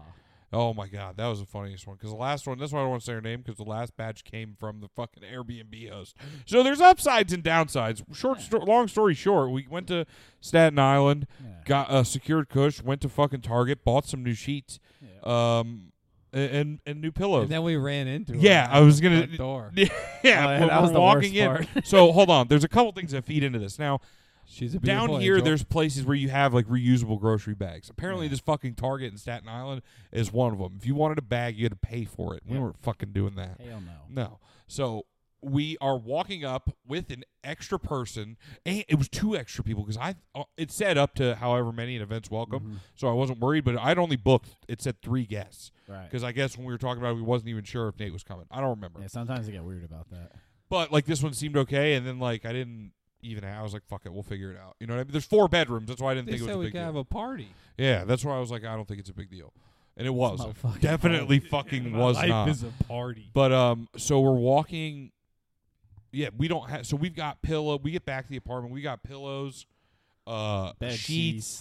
C: Oh my god, that was the funniest one. Because the last one, that's why I don't want to say her name. Because the last batch came from the fucking Airbnb host. So there's upsides and downsides. Short, sto- long story short, we went to Staten Island,
A: Yeah.
C: got a secured cush, went to fucking Target, bought some new sheets,
A: Yeah.
C: um, a- and and new pillows.
B: And then we ran into her
C: Yeah,
B: at
C: I
B: the
C: was gonna-
B: front door.
C: yeah,
A: Oh, yeah,
C: when
A: that
C: we're
A: was the worst
C: walking in.
A: part.
C: so hold on, there's a couple things that feed into this. Now
B: She's a
C: down
B: beautiful
C: here,
B: angel.
C: there's places where you have like reusable grocery bags. Apparently,
A: Yeah.
C: this fucking Target in Staten Island is one of them. If you wanted a bag, you had to pay for it. We
A: Yeah.
C: weren't fucking doing that.
A: Hell no.
C: No. So we are walking up with an extra person, and it was two extra people because I uh, it said up to however many an event's welcome,
A: Mm-hmm.
C: so I wasn't worried. But I'd only booked it said three guests
A: Right.
C: because I guess when we were talking about it, we wasn't even sure if Nate was coming. I don't remember.
A: Yeah, sometimes they get weird about that.
C: But like this one seemed okay, and then like I didn't even. I was like, "Fuck it, we'll figure it out." You know what I mean? There's four bedrooms. That's why I didn't
B: they
C: think it
B: said
C: was a
B: we
C: big
B: could
C: deal.
B: have a party.
C: yeah, that's why I was like, "I don't think it's a big deal," and it was.
A: Oh,
C: It
A: fucking
C: definitely fucking
B: My
C: was
B: life
C: not.
B: is a party.
C: but um, so we're walking. Yeah, we don't have. So we've got pillow. We get back to the apartment. We got pillows, uh,
A: Bed
C: sheets,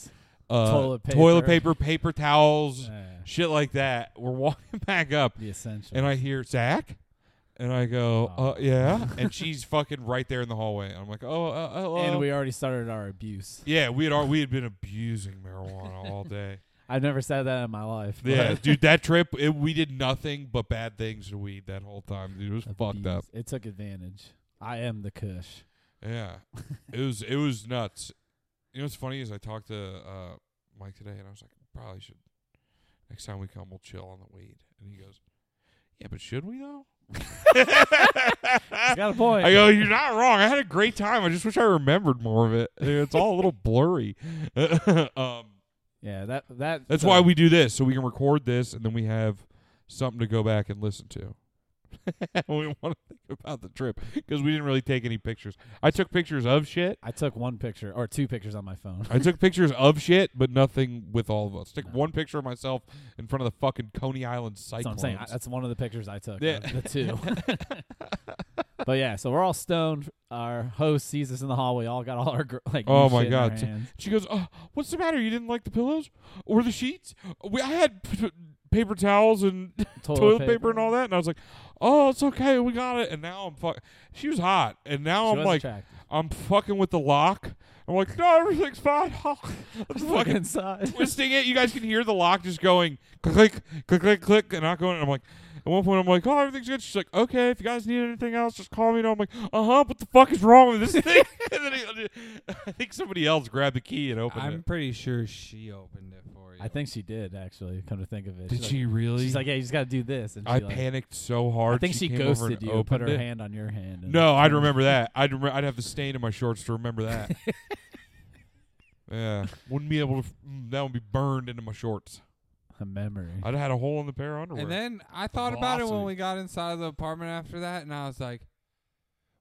A: sheets.
C: uh,
A: toilet paper.
C: toilet paper, paper towels,
A: Yeah.
C: shit like that. We're walking back up,
A: the essential.
C: and I hear Zach, and I go,
A: Oh.
C: uh, yeah, and she's fucking right there in the hallway. I'm like, oh, uh, hello.
A: And we already started our abuse.
C: yeah, we had al- we had been abusing marijuana all day.
A: I've never said that in my life. but-
C: Yeah, dude, that trip it, we did nothing but bad things to weed that whole time. Dude, it was fucked up.
A: Abuse. It took advantage. I am the Kush.
C: Yeah, it was it was nuts. You know what's funny is I talked to uh, Mike today, and I was like, probably should next time we come, we'll chill on the weed. And he goes, yeah, but should we though?
A: I got a point.
C: I go, you're not wrong. I had a great time. I just wish I remembered more of it. Dude, It's all a little blurry. um,
A: yeah, that that.
C: that's
A: so-
C: why we do this, so we can record this, and then we have something to go back and listen to. we want to think about the trip because we didn't really take any pictures. I took pictures of shit.
A: I took one picture or two pictures on my phone.
C: I took pictures of shit, but nothing with all of us. Took
A: No.
C: one picture of myself in front of the fucking Coney Island
A: That's what I'm
C: cyclones.
A: saying. I, that's one of the pictures I took.
C: Yeah.
A: of The two. but yeah, so we're all stoned. Our host sees us in the hallway. All got all our gr- like. new
C: Oh my
A: shit in our
C: God.
A: hands.
C: She goes, oh, "What's the matter? You didn't like the pillows or the sheets? We, I had p- p- paper towels and toilet paper. and all that." And I was like, "Oh, it's okay. We got it." And now I'm fuck. She was hot, and
A: She
C: now
A: was
C: I'm like,
A: attractive.
C: I'm fucking with the lock. I'm like, "No, everything's fine." I'm
A: Just look
C: fucking
A: inside.
C: twisting it. You guys can hear the lock just going click, click, click, click, click, and not going. And I'm like, at one point, I'm like, "Oh, everything's good." She's like, "Okay, if you guys need anything else, just call me." And I'm like, "Uh huh. What the fuck is wrong with this thing?" and then he, I think somebody else grabbed the key and opened
B: I'm
C: it.
B: pretty sure she opened it for you.
A: I think she did actually. Come to think of it, she's like,
C: really?
A: She's like, yeah, you just got to do this. And she
C: I
A: like,
C: panicked so hard.
A: I think she,
C: came over
A: ghosted
C: and
A: you. and Put
C: opened
A: her
C: it.
A: hand on your hand. and-
C: No, I'd remember that. I'd rem- I'd have the stain in my shorts to remember that. yeah, wouldn't be able to. f- mm, That would be burned into my shorts.
A: a memory.
C: I'd have had a hole in the pair of underwear.
B: And then I thought about it when
C: Velocity.
B: we got inside of the apartment after that, and I was like,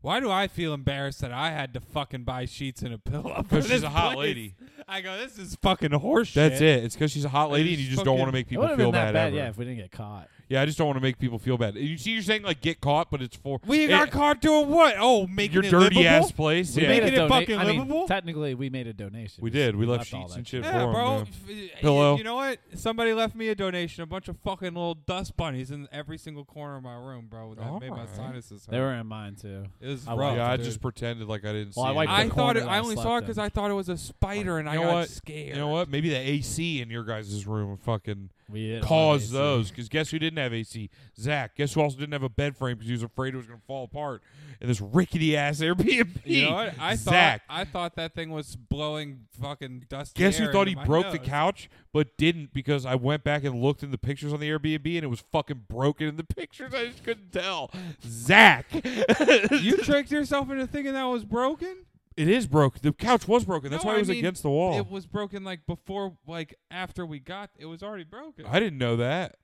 B: "Why do I feel embarrassed that I had to fucking buy sheets and a pillow?" for
C: because she's
B: this
C: a hot
B: place?"
C: lady.
B: I go, "This is fucking horseshit."
C: That's it. It's because she's a hot
B: I
C: lady, and
B: just
C: you just don't want to
B: fucking-
C: make
A: it
C: people
A: would have
C: feel
A: been that
C: bad.
A: bad,
C: ever.
A: yeah, if we didn't get caught.
C: Yeah, I just don't want to make people feel bad. You see, you're saying like get caught, but it's for
B: We
C: it-
B: got caught doing what? Oh, making
C: your
B: it
C: dirty
B: livable?
C: ass place.
A: We
C: yeah,
A: made
B: Making
A: a
B: it fucking
A: donation. I mean,
B: livable?
A: technically, we made a donation.
C: we did. We left
A: all
C: sheets
A: that
C: and shit
B: Yeah,
C: for 'em,
B: bro.
C: yeah.
B: F- y-
C: Pillow.
B: You know what? Somebody left me a donation, a bunch of fucking little dust bunnies in every single corner of my room, bro. That made my
C: Alright.
B: sinuses hurt.
A: They were in mine too.
B: it was
A: I
B: rough.
A: wiped
C: Yeah, I
B: dude.
C: just pretended like I didn't
A: Well,
C: see.
A: I wiped
C: it.
A: the
B: I thought
A: corner
B: it,
A: that I
B: I only saw it
A: slept
B: because
A: in.
B: I thought it was a spider, and
C: You
B: I
C: know
B: got
C: what?
B: scared.
C: You know what? Maybe the AC in your guys' room fucking
A: We didn't have
C: Cause
A: AC.
C: those, because guess who didn't have AC? Zach. Guess who also didn't have a bed frame because he was afraid it was going to fall apart in this rickety ass Airbnb.
B: You know what? I
C: Zach.
B: thought I thought that thing was blowing fucking dust.
C: Guess who
B: air
C: thought
B: into
C: he
B: my
C: broke the
B: nose.
C: couch, but didn't because I went back and looked in the pictures on the Airbnb and it was fucking broken in the pictures. I just couldn't tell. Zach,
B: You tricked yourself into thinking that was broken.
C: it is broken. The couch was broken. That's
B: No,
C: why
B: I
C: it was
B: mean,
C: against the wall.
B: It was broken like before, like after we got. It was already broken.
C: I didn't know that.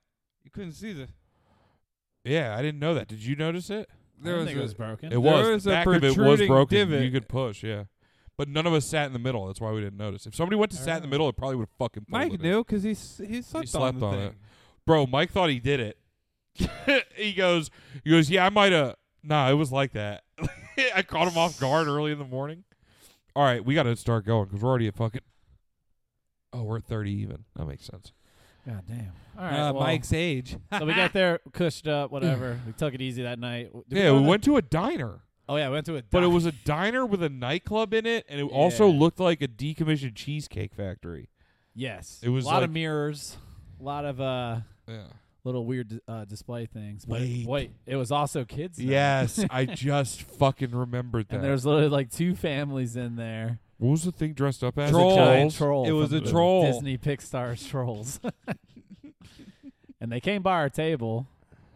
B: you couldn't see the.
C: Yeah, I didn't know that. Did you notice it?
A: I
B: There
A: don't
B: was,
A: think it was
B: a-
A: broken.
C: It
B: There
C: was.
B: was
C: the
B: a
C: back of it was
B: protruding
C: broken.
B: divot.
C: You could push, yeah. But none of us sat in the middle. That's why we didn't notice. If somebody went to sat in the middle, it probably would have fucking
B: Mike
C: folded it.
B: knew because he s- he slept
C: slept
B: on the
C: on
B: thing.
C: it. Bro, Mike thought he did it. he goes, he goes, yeah, I might have. Nah, it was like that. I caught him off guard early in the morning. All right, we got to start going because we're already at fucking. Oh, we're at thirty even. That makes sense.
A: God damn. All right,
B: uh,
A: well,
B: Mike's age.
C: Oh
A: so we got there cushed up, whatever. we took it easy that night. Did
C: yeah,
A: go
C: we
A: to-
C: went to a diner,
A: Oh yeah, we went to a.
C: but it
A: dive.
C: was a diner with a nightclub in it, and it also
A: Yeah.
C: looked like a decommissioned cheesecake factory.
A: yes.
C: it was
A: a lot of
C: like-
A: mirrors, a lot of uh
C: Yeah.
A: little weird uh, display things. But
C: Wait.
A: It, wait, it was also kids. night.
C: Yes, I just fucking remembered that.
A: And there was literally like two families in there.
C: what was the thing dressed up as?
A: It was a giant
B: Trolls.
A: troll
B: It was
A: from
B: a
A: the
B: troll.
A: Disney Pixar's trolls. and they came by our table,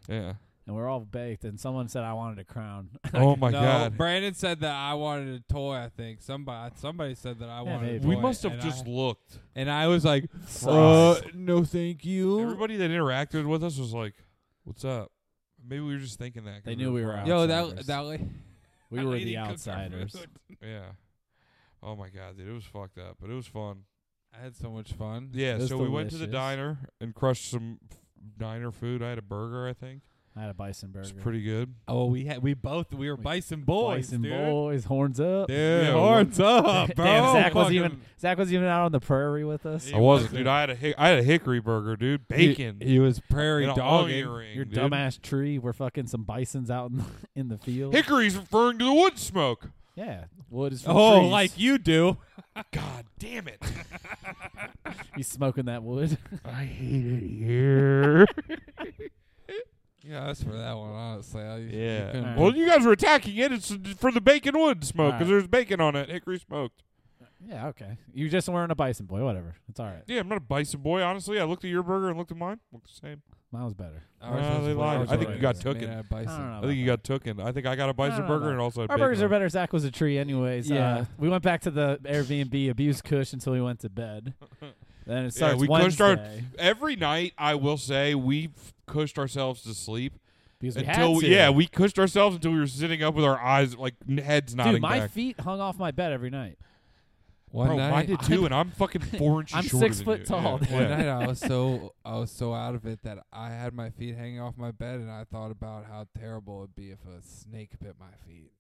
C: Yeah.
A: and we are all baked. And someone said I wanted a crown.
C: Oh my
B: no,
C: god.
B: Brandon said that I wanted a toy. I think somebody somebody said that
A: Yeah,
B: I wanted.
A: maybe.
B: A toy,
C: We must have
B: and
C: just
B: I,
C: looked.
B: and I was like, uh,
A: Frost.
B: no, thank you.
C: Everybody that interacted with us was like, "What's up?" Maybe we were just thinking that. 'cause
A: They knew we were
C: far
B: Yo,
A: Outsiders.
B: that that la-
A: we
B: that
A: were
B: lady
A: the
B: cooked our
A: outsiders.
B: food.
C: Yeah. Oh my god, dude, it was fucked up, but it was fun.
B: I had so much fun.
C: Yeah.
A: It was
C: so we went to the
A: delicious.
C: diner and crushed some f- diner food. I had a burger, I think.
A: I had a bison burger.
C: It was pretty good.
B: Oh, we had we both we were
A: We-
B: bison boys,
A: bison
B: dude.
A: boys, horns up.
B: Dude,
C: Yeah,
B: horns up, bro.
A: Damn, Zach was
B: Fucking-
A: even Zach was even out on the prairie with us.
C: I wasn't, dude. I had a hick- I had a hickory burger, dude. Bacon.
B: He, he was prairie
C: and a onion
B: dogging.
C: ring,
A: Your
C: dude.
A: dumbass tree. We're fucking some bisons out in the, in the field.
C: Hickory's referring to the wood smoke.
A: Yeah, wood is from
B: Oh,
A: trees.
B: like you do.
C: God damn it.
A: he's smoking that wood.
C: I hate it here.
B: Yeah, that's for that one. Honestly, I, you couldn't-
A: All
C: Yeah.
A: right.
C: Well, you guys were attacking it. It's for the bacon wood smoke because
A: All right.
C: there's bacon on it. Hickory smoked.
A: yeah, okay. You just weren't a bison boy. Whatever, it's all right.
C: Yeah, I'm not a bison boy. Honestly, I looked at your burger and looked at mine. Looked the same.
A: Mine was better.
B: ours
C: Nah,
B: was
C: they
B: way- ours
C: lied.
A: I
B: was
A: think
B: way
A: you got
B: better.
C: took
B: Made
C: it.
B: out of
A: I
B: bison.
A: don't know.
C: I think you got tooken. I think I got a bison
A: know
C: burger
A: about
C: and also had
A: Our
C: bacon
A: burgers
C: on
A: are
C: it.
A: better. Zach was a tree, anyways.
B: Yeah.
A: Uh, we went back to the Airbnb, abused Cush until we went to bed. Then it starts
C: we
A: Wednesday
C: cushed our- Every night, I will say we cushed ourselves to sleep
A: because we
C: until
A: had to.
C: yeah, we cushed ourselves until we were sitting up with our eyes like n- heads nodding
A: Dude, my
C: back.
A: feet hung off my bed every night.
B: One
C: Bro,
B: night,
C: mine did too, and I'm fucking four inches
A: I'm
C: shorter
A: six
C: than
A: foot
C: you.
A: tall,
C: Yeah.
B: One
C: Yeah.
B: night I was so I was so out of it that I had my feet hanging off my bed and I thought about how terrible it'd be if a snake bit my feet.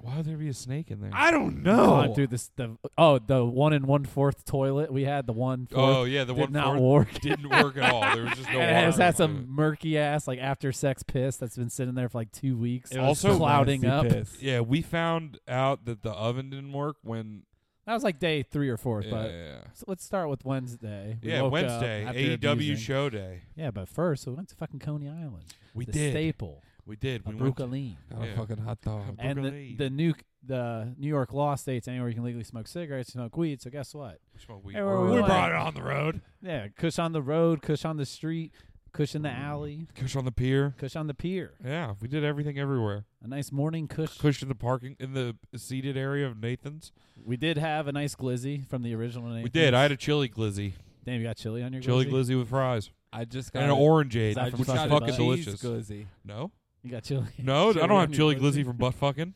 C: Why would there be a snake in there?
B: don't
A: Gone through this, the oh, the one and one fourth toilet we had. The one
C: oh
A: fourth
C: yeah, the
A: did
C: one
A: not
C: fourth
A: work.
C: didn't work at all. There was just no.
A: and it
C: water
A: has had
C: in it.
A: some murky ass like after sex piss that's been sitting there for like two weeks.
C: It was Also-
A: clouding up.
C: Yeah, we found out that the oven didn't work when.
A: That was like day three or four.
C: Yeah,
A: But
C: yeah,
A: so let's start with Wednesday. We
C: yeah. Yeah,
A: woke up
C: Wednesday,
A: after
C: AEW
A: abusing.
C: show day.
A: Yeah, but first we went to fucking Coney Island.
C: We
A: the
C: did.
A: staple,
C: we did. We
A: of
C: went. to-
A: Brooklyn,
B: Got
C: Yeah.
B: a fucking hot dog.
A: and the,
C: Brooklyn.
A: the new the New York law states anywhere you can legally smoke cigarettes, you smoke weed. So guess what?
C: We smoked weed.
A: Everywhere we
C: We
A: went.
C: brought it on the road.
A: Yeah, cush on the road, cush on the street, cush in the
C: Mm.
A: alley,
C: Kush on the pier.
A: cush on the pier.
C: Yeah, we did everything everywhere.
A: A nice morning cush.
C: Cush in the parking in the seated area of Nathan's.
A: We did have a nice glizzy from the original name.
C: We did. I had a chili glizzy,
A: Damn, you got chili on your
C: chili
A: glizzy?
C: glizzy with fries,
B: I just got
C: and an
B: a-
C: orangeade,
A: that from
C: which is
A: Sausage
C: fucking
A: Bud?
C: delicious.
B: Glizzy.
C: No,
A: You got chili.
C: no, I
A: Chili
C: don't have
A: on your
C: chili
A: glizzy?
C: glizzy from butt fucking.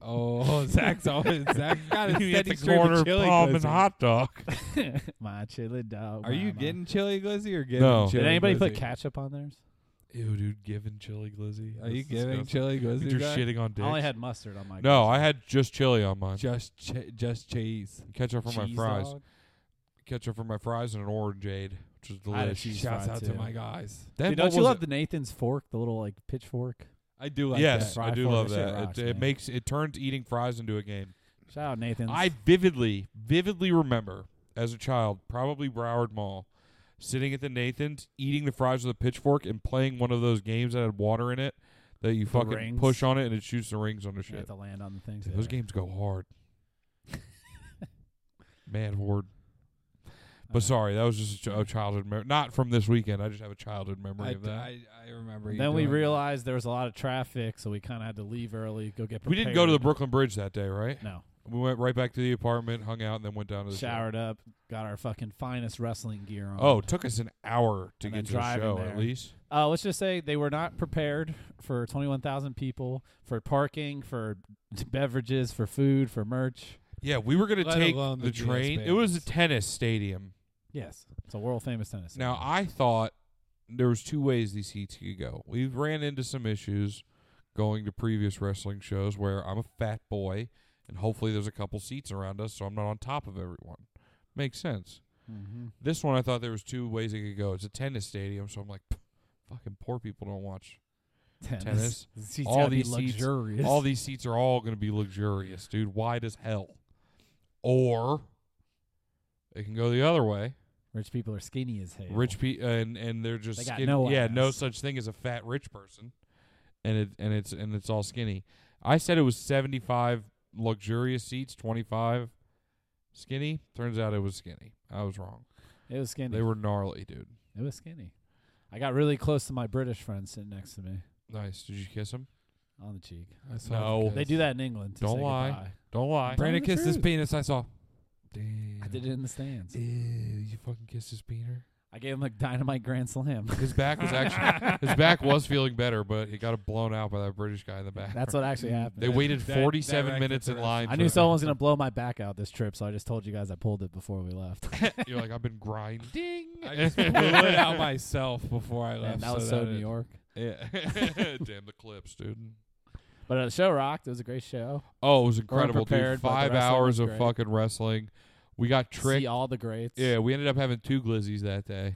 B: Oh, Zach's always Zach's got a
C: You get
B: steady
C: the
B: stream
C: corner
B: of chili
C: palm
B: glizzy.
C: and hot dog.
A: my chili dog.
B: Are
A: my,
B: you
A: my.
B: getting chili glizzy or getting
C: No.
A: Did
B: chili
A: anybody
B: glizzy?
A: put ketchup on theirs?
C: Ew, dude, giving chili glizzy.
B: Are you
C: That's
B: giving
C: disgusting.
B: chili glizzy?
C: You're
B: Zach?
C: shitting on dicks.
A: I only had mustard on my.
C: No,
A: glizzy.
C: I had just chili on mine.
B: Just che- just cheese.
C: Ketchup for my
A: Cheese
C: fries.
A: dog.
C: Ketchup for my fries and an orangeade, which is
A: I had a
C: delicious.
A: cheese
B: Shouts
A: fry,
B: out
A: too.
B: to my guys.
C: Then
A: Dude,
C: what
A: don't you
C: was
A: love
C: it?
A: the Nathan's fork, the little like pitchfork?
B: I do like
C: yes,
B: that.
A: fry
C: I do
A: fork.
C: love
A: That shit
C: that.
A: rocks,
C: it, it
A: man.
C: makes it turns eating fries into a game.
A: Shout out Nathan's.
C: I vividly, vividly remember as a child, probably Broward Mall, sitting at the Nathan's, eating the fries with a pitchfork, and playing one of those games that had water in it that you fucking
A: rings.
C: push on it and it shoots the rings on the
A: You
C: shit.
A: have to land on the things.
C: Those
A: yeah.
C: games go hard. Man, horde. But
A: Uh,
C: sorry, that was just a, ch- a childhood memory. Not from this weekend. I just have a childhood memory
B: I,
C: of that.
B: I, I remember. you
A: Then we
B: doing that.
A: realized there was a lot of traffic, so we kind of had to leave early, go get prepared.
C: we didn't go to the Brooklyn Bridge that day, right?
A: No.
C: We went right back to the apartment, hung out, and then went down to the show.
A: Showered up, got our fucking finest wrestling gear on.
C: Oh, it took us an hour to
A: And then
C: get to the
A: driving
C: show
A: there.
C: at least.
A: Uh, let's just say they were not prepared for 21,000 people, for parking, for beverages, for food, for merch.
C: Yeah, we were gonna
B: Let
C: take
B: alone
C: the,
B: the GS
C: train. It was a
B: bands.
C: tennis stadium.
A: Yes. It's a world famous tennis.
C: Now I thought there was two ways these seats could go. We ran into some issues going to previous wrestling shows where I'm a fat boy and hopefully there's a couple seats around us so I'm not on top of everyone. Makes sense.
A: mm-hmm.
C: This one I thought there was two ways it could go. It's a tennis stadium, so I'm like "Pff, fucking poor people don't watch.
A: tennis.
C: tennis.
A: The seats
C: All
A: gotta be
C: these seats-
A: luxurious.
C: All these seats are all going to be luxurious, dude. Wide as hell. Or it can go the other way.
A: rich people are skinny as hell.
C: rich people and and they're just
A: They got
C: skinny.
A: no
C: yeah no
A: ass.
C: such thing as a fat rich person and it and it's and it's all skinny i said it was 75 luxurious seats 25 skinny turns out it was skinny i was wrong
A: It was skinny.
C: they were gnarly dude
A: it was skinny. I got really close to my British friend sitting next to me
C: nice did you kiss him
A: on the cheek.
B: I saw
C: No.
B: the
A: They
B: kiss.
A: do that in England. to
C: Don't
A: say
C: lie.
A: goodbye.
C: don't lie
A: Brand-
B: Brandon
A: Tell me the
B: kissed his
A: truth.
B: penis. I saw.
C: Damn.
A: I did it in the stands.
C: Ew, you fucking kissed his beater
A: I gave him a dynamite grand slam.
C: his back was actually his back was feeling better but he got blown out by that british guy in the back
A: That's what actually happened.
C: they waited
B: That- that
C: 47
B: wrecked
C: minutes
B: the
C: in
B: rest.
C: line
A: I
C: for
A: knew
C: that.
A: someone was gonna blow my back out this trip, so I just told you guys I pulled it before we left.
C: you're like i've been grinding
B: I just blew it out myself before I
A: Man,
B: left.
A: that was so New York.
C: Yeah. Damn the clips, dude.
A: But uh, the show rocked. It was a great show.
C: Oh, it was incredible, dude.
A: prepared, but the
C: Five
A: wrestling
C: hours
A: was
C: of
A: great.
C: fucking wrestling. We got
A: See
C: tricked.
A: all the greats.
C: Yeah, we ended up having two glizzies that day.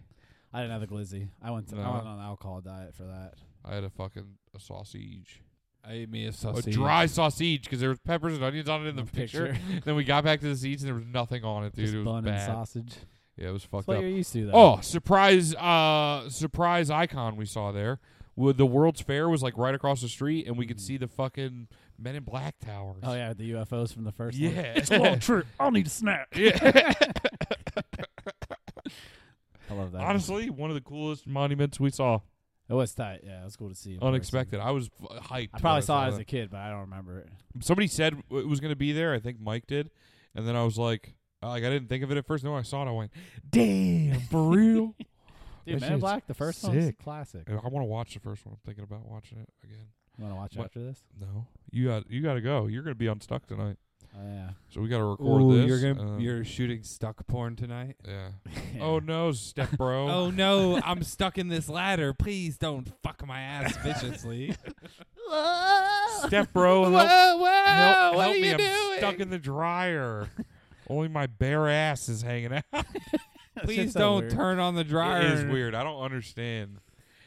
A: I didn't have a glizzy. I went. To,
C: No.
A: I went on an alcohol diet for that.
C: I had a fucking a sausage.
B: I ate me a
C: A
B: sausage.
C: dry sausage because there was peppers and onions on it in the
A: On the
C: picture.
A: picture.
C: then we got back to the seats and there was nothing on it, dude.
A: Just
C: it was
A: bun
C: bad.
A: and sausage.
C: Yeah, it was
A: That's
C: fucked
A: what
C: up.
A: you're used to, though.
C: Oh, surprise! Uh, surprise icon we saw there. Well, The World's Fair was like right across the street, and we could see the fucking Men in Black towers.
A: Mm-hmm. Oh yeah, the UFOs from the first. one.
C: yeah.
A: trip. I'll need a snack.
C: yeah.
A: I love that.
C: Honestly, one of the coolest monuments we saw.
A: it was tight. Yeah, it was cool to see. in person.
C: Unexpected. I was f- hyped.
A: I
C: when
A: probably saw it
C: that.
A: as a kid, but I don't remember it.
C: Somebody said w- it was going to be there. I think Mike did, and then I was like, uh, like I didn't think of it at first. No, I saw it. I went, damn, for real. That
A: Dude, Men in
C: shit's
A: Black, the first one's a
C: sick.
A: classic.
C: And I want to watch the first one. I'm thinking about watching it again.
A: You want to watch it
C: What-
A: after this?
C: No, you got you got to go. You're going to be unstuck tonight,
A: Oh yeah.
C: so we got to record
B: Ooh,
C: this.
B: you're gonna
C: uh,
B: you're shooting stuck porn tonight.
C: yeah. Oh no, step bro.
B: Oh no, I'm stuck in this ladder. Please don't fuck my ass viciously.
C: step bro. Help,
B: whoa,
C: help, help me. I'm stuck in the dryer. Only my bare ass is hanging out.
B: Please don't
A: turn.
B: turn on the dryer.
C: It is weird. I don't understand.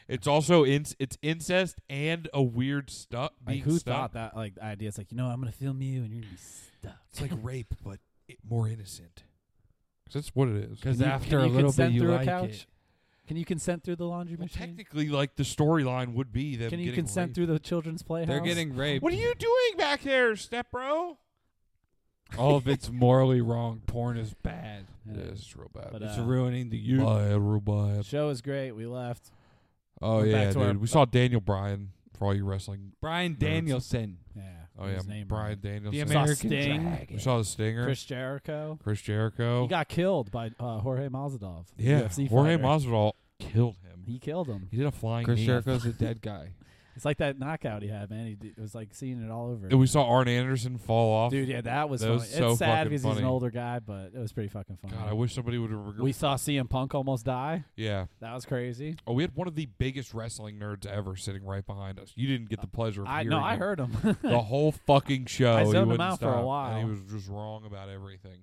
C: It's also in, it's incest and a weird stuff.
A: Like, who thought that like idea? It's like you know I'm gonna film you and you're gonna be stuck.
C: It's like rape, but it, more innocent. that's what it is.
B: Because
A: Can you-
B: after
A: can
B: a
A: you
B: little bit,
A: consent
B: you
A: through a
B: like
A: couch?
B: it.
A: Can you consent through the laundry
C: Well,
A: machine?
C: technically, like the storyline would be them.
A: Can you
C: getting
A: consent
C: raped.
A: through the children's playhouse?
B: They're getting raped.
C: What are you doing back there, step bro?
B: All of it's morally wrong. Porn is bad.
A: Yeah.
C: Yeah, it's real bad.
A: But,
B: It's
A: uh,
B: ruining the youth.
C: Bad, real bad.
A: Show is great. We left.
C: Oh
A: We're back
C: yeah,
A: to
C: dude.
A: our-
C: we saw Daniel Bryan for all you wrestling.
B: Brian Danielson,
A: Yeah.
C: Oh
A: got
C: yeah,
A: His name
C: Bryan
A: right.
C: Danielson.
B: the
A: saw
B: American
A: Sting.
B: Dragon.
C: we saw the Stinger. Chris,
A: Chris Jericho.
C: Jericho.
A: He got killed by uh, Jorge Masvidal. the
C: Oh. Yeah,
A: UFC
C: Jorge
A: fighter.
C: Masvidal killed him.
A: He killed him.
C: He did a flying
B: Chris
C: knee.
B: Jericho's a dead guy.
A: It's like that knockout he had, man. He d- it was like seeing it all over.
C: And we saw Arn Anderson fall off.
A: Dude, yeah, that was
C: That
A: funny.
C: was so
A: it's sad
C: fucking
A: because he's
C: funny.
A: an older guy, but it was pretty fucking funny.
C: God, I wish somebody would have.
A: we saw CM Punk almost die.
C: yeah.
A: That was crazy.
C: Oh, we had one of the biggest wrestling nerds ever sitting right behind us. You didn't get the pleasure of
A: I
C: hearing
A: no, I
C: him.
A: heard him.
C: the whole fucking show.
A: I
C: He
A: zoned him
C: wouldn't
A: out for a
C: stop,
A: while.
C: And he was just wrong about everything.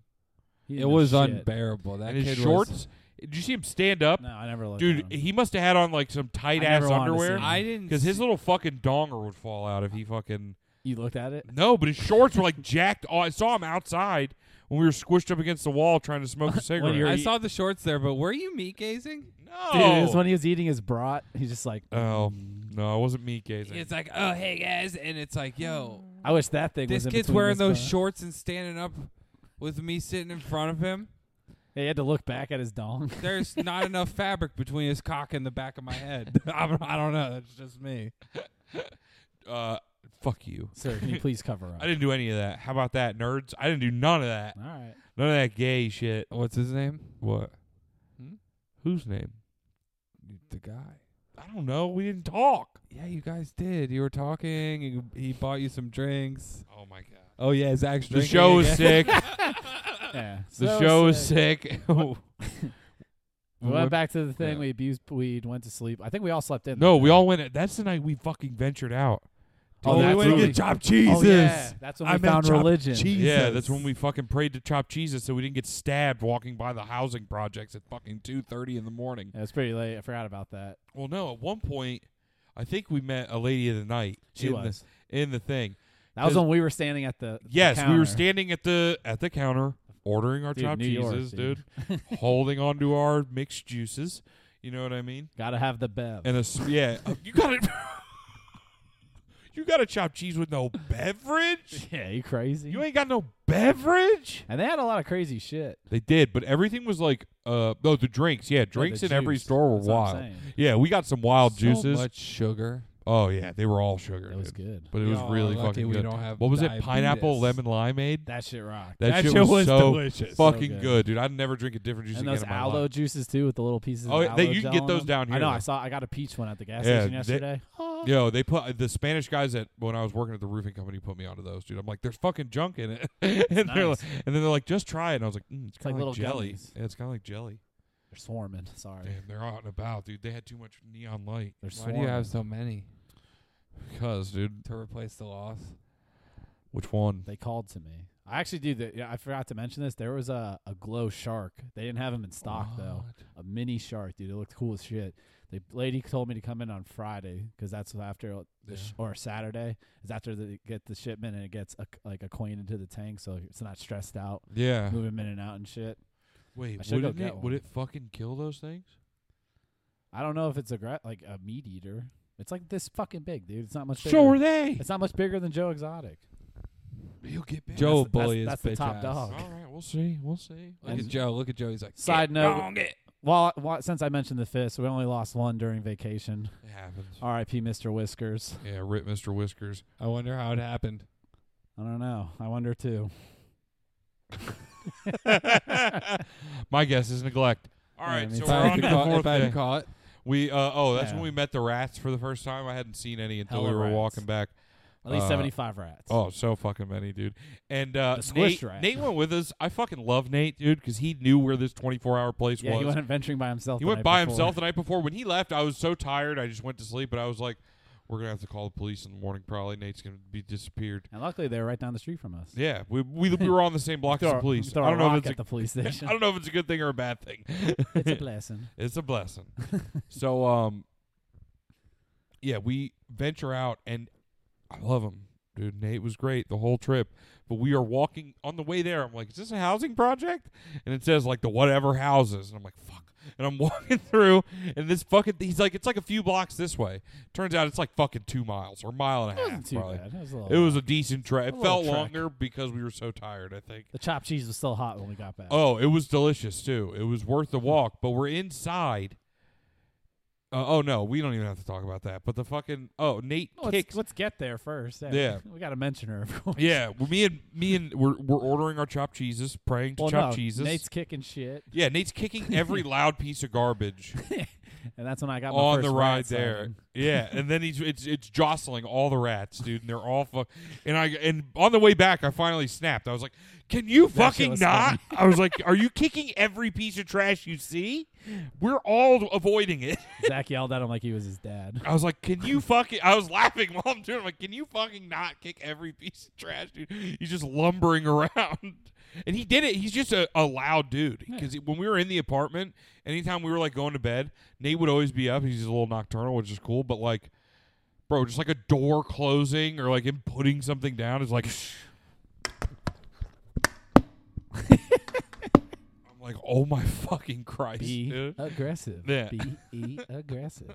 A: He
B: It
A: didn't know
B: was
A: shit.
B: unbearable. That
C: and
B: kid
C: his
B: was-
C: shorts. Did you see him stand up?
A: No, I never looked.
C: Dude,
A: at him.
C: he must have had on like some tight ass
A: never wanted to see
C: underwear.
A: him.
B: I didn't
C: Because his little fucking donger would fall out if he fucking.
A: you looked at it.
C: No, but his shorts were like jacked. Oh, I saw him outside when we were squished up against the wall trying to smoke a cigarette.
A: you're
B: I
A: eat-
B: saw the shorts there, but were you meat gazing?
C: no.
A: Dude, it was when he was eating his brat. He's just like,
B: Uh,
C: oh no, it wasn't me gazing.
B: It's like, oh hey guys, and it's like, yo,
A: I wish that thing was.
B: this
A: in
B: kid's
A: between
B: wearing
A: this
B: those
A: bun.
B: shorts and standing up with me sitting in front of him.
A: Yeah, he had to look back at his dong.
B: There's not enough fabric between his cock and the back of my head. I'm, I don't know. That's just me.
C: uh, fuck you.
A: Sir, can you please cover up?
C: I didn't do any of that. How about that, nerds? I didn't do none of that.
A: All right.
C: None of that gay shit.
B: What's his name?
C: What?
B: Hmm?
C: Whose name?
B: The guy.
C: I don't know. We didn't talk.
B: Yeah, you guys did. You were talking. You, he bought you some drinks.
C: Oh my god.
B: Oh yeah, Zach's
C: The
B: drinking
C: show is
B: again.
C: sick.
A: Yeah.
C: The
A: So
C: show is
A: sick.
C: sick.
A: We went back to the thing.
C: yeah.
A: We abused weed, went to sleep. I think we all slept in.
C: No,
A: that
C: we
A: night.
C: all went. That's the night we fucking ventured out.
A: Oh,
B: Oh, we
A: that's
B: went
A: when
B: to
A: we-
B: get chopped cheeses.
A: Oh, yeah. That's when we
B: I meant
A: found
B: chopped
A: religion.
B: cheese.
C: Yeah,
B: Jesus.
C: that's when we fucking prayed to Chop Jesus so we didn't get stabbed walking by the housing projects at fucking two thirty in the morning.
A: Yeah, it's pretty late. I forgot about that.
C: Well, no, at one point, I think we met a lady of the night.
A: She
C: in
A: was.
C: the, in the thing.
A: That was
C: 'cause-
A: when we were standing at the. the
C: Yes, we were
A: counter.
C: standing at the at the counter ordering our
A: Dude,
C: Chop
A: New York,
C: Jesus,
A: dude.
C: dude, holding on to our mixed juices. You know what I mean?
A: Gotta have the bev.
C: And a s- yeah, you got it. you got to chop cheese with no beverage.
A: yeah, you crazy?
C: You ain't got no beverage.
A: and they had a lot of crazy shit.
C: They did, but everything was like uh no the drinks, yeah,
A: Yeah,
C: drinks
A: the
C: in every
A: juice.
C: store were
A: That's what I'm
C: wild.
A: saying.
C: Yeah, we got some wild
B: So
C: juices.
B: much sugar.
C: Oh yeah, they were all sugar.
A: That was
C: dude.
A: good.
C: But it was
B: Y'all
C: really
B: lucky
C: fucking
B: we
C: good.
B: don't have
C: what was it?
B: diabetes.
C: Pineapple lemon limeade.
A: That shit rocked.
C: That, shit,
B: shit
C: was,
B: was
C: so
B: delicious.
C: fucking
A: So
C: good.
A: good.
C: dude. I'd never drink a different juice
A: and
C: again
A: those
C: in my
A: aloe
C: life.
A: juices too, with the little pieces.
C: Oh,
A: of
C: yeah, they-
A: aloe
C: you can
A: gel
C: get
A: in
C: those
A: them.
C: down
A: I
C: here,
A: know.
C: though.
A: I saw. I got a peach one at the gas
C: Yeah,
A: station
C: they-
A: yesterday.
C: Yo, they put the Spanish guys at when I was working at the roofing company put me onto those, dude. I'm like, there's fucking junk in it, and they're like,
A: nice.
C: and then they're like, just try it. And I was like, mm, it's,
A: like
C: kind of
A: little
C: jelly.
A: gummies.
C: Yeah, it's kind of like jelly.
A: They're swarming. Sorry.
C: Damn, they're out and about, dude. They had too much neon light.
A: They're
B: Why
A: swarming.
B: do you have so many
C: Because, dude,
B: to replace the loss?
C: which one?
A: they called to me. I actually do that. Yeah, I forgot to mention this. There was a, a glow shark. They didn't have them in stock though. A mini shark, dude. It looked cool as shit. The lady told me to come in on Friday because that's after the sh- or Saturday is after they get the shipment and it gets acc- like acquainted to the tank, so it's not stressed out
C: Yeah.
A: moving in and out and shit.
C: Wait,
A: I should go
C: wouldn't
A: get
C: it,
A: one.
C: would it fucking kill those things?
A: I don't know if it's a gra- like a meat eater. It's like this fucking big, dude. It's not much. Bigger.
C: So are they.
A: It's not much bigger than Joe Exotic.
C: He'll get big.
B: Joe
A: that's-
B: bully
A: that's
B: his
A: the
B: bitch
A: top
B: ass.
A: dog.
C: All right, we'll see. We'll see.
B: Look at
A: And-
B: Joe. Look at Joe. He's like,
A: Side
B: "Get
A: note-
B: wrong it."
A: Well, well, since I mentioned the fist, we only lost one during vacation.
C: It happens.
A: R.I.P. Mr. Whiskers.
C: Yeah, rip Mr. Whiskers.
B: I wonder how it happened.
A: I don't know. I wonder too.
C: My guess is neglect. All
A: Yeah, I
C: right,
A: mean,
C: so
B: if
C: we're
B: I had
C: on
B: to
C: the
B: call,
C: fourth
B: if I had
C: day.
B: to call it,
C: We uh oh, that's when
A: Yeah.
C: we met the rats for the first time. I hadn't seen any until
A: Hella
C: we were
A: rats.
C: walking back.
A: At least
C: Uh,
A: 75 rats.
C: Oh, so fucking many, dude. And uh
A: The squish
C: Nate,
A: rat.
C: Nate went with us. I fucking love Nate, dude, because he knew where this twenty four hour place
A: yeah,
C: was.
A: he went adventuring by himself.
C: He
A: the
C: went
A: night
C: by
A: before.
C: himself the night before. When he left, I was so tired I just went to sleep, but I was like, We're gonna have to call the police in the morning, probably Nate's gonna be disappeared.
A: And luckily, they were right down the street from us.
C: Yeah. We we, we were on the same block as
A: Throw
C: the
A: a-
C: police.
A: throw
C: I
A: a
C: don't know
A: rock
C: if
A: at
C: it's
A: the police
C: a,
A: station.
C: I don't know if it's a good thing or a bad thing.
A: it's a blessing.
C: It's a blessing. so, um, yeah, we venture out, and I love him, dude. Nate was great the whole trip, but we are walking on the way there. I'm like, is this a housing project? And it says like the whatever houses, and I'm like, fuck. And I'm walking through, and this fucking he's like, it's like a few blocks this way. Turns out it's like fucking two miles or a mile and
A: It
C: a half.
A: wasn't too
C: probably.
A: bad. It was a little.
C: It was a decent trek. It
A: little
C: felt
A: trek.
C: longer because we were so tired. I think.
A: the chopped cheese was still hot when we got back.
C: Oh, it was delicious too. It was worth the walk. But we're inside. Uh, oh no, we don't even have to talk about that. But the fucking oh Nate
A: Well, let's,
C: kicks.
A: let's get there first. Yeah,
C: Yeah.
A: we got to mention her. Of course.
C: Yeah, well, me and me and we're we're ordering our chopped cheeses, praying to
A: well,
C: chopped
A: no,
C: cheeses.
A: Nate's kicking shit,
C: yeah, Nate's kicking every loud piece of garbage
A: and that's when I got my
C: on
A: first
C: the
A: rat
C: ride there.
A: sighting.
C: Yeah, and then he's it's it's jostling all the rats, dude, and they're all fuck. And I and on the way back, I finally snapped. I was like, "Can you
A: That shit
C: fucking
A: was
C: not?" I was like, "Are you kicking every piece of trash you see? We're all avoiding it."
A: Zach yelled at him like he was his dad.
C: I was like, "Can you fucking?" I was laughing while I'm doing. It. I'm like, "Can you fucking not kick every piece of trash, dude?" He's just lumbering around, and he did it. He's just a, a loud dude. Because when we were in the apartment, anytime we were like going to bed, Nate would always be up. He's just a little nocturnal, which is cool. But like, bro, just like a door closing or like him putting something down is like. Like, oh my fucking Christ,
A: Be
C: dude.
A: aggressive.
C: Yeah.
A: Be e aggressive.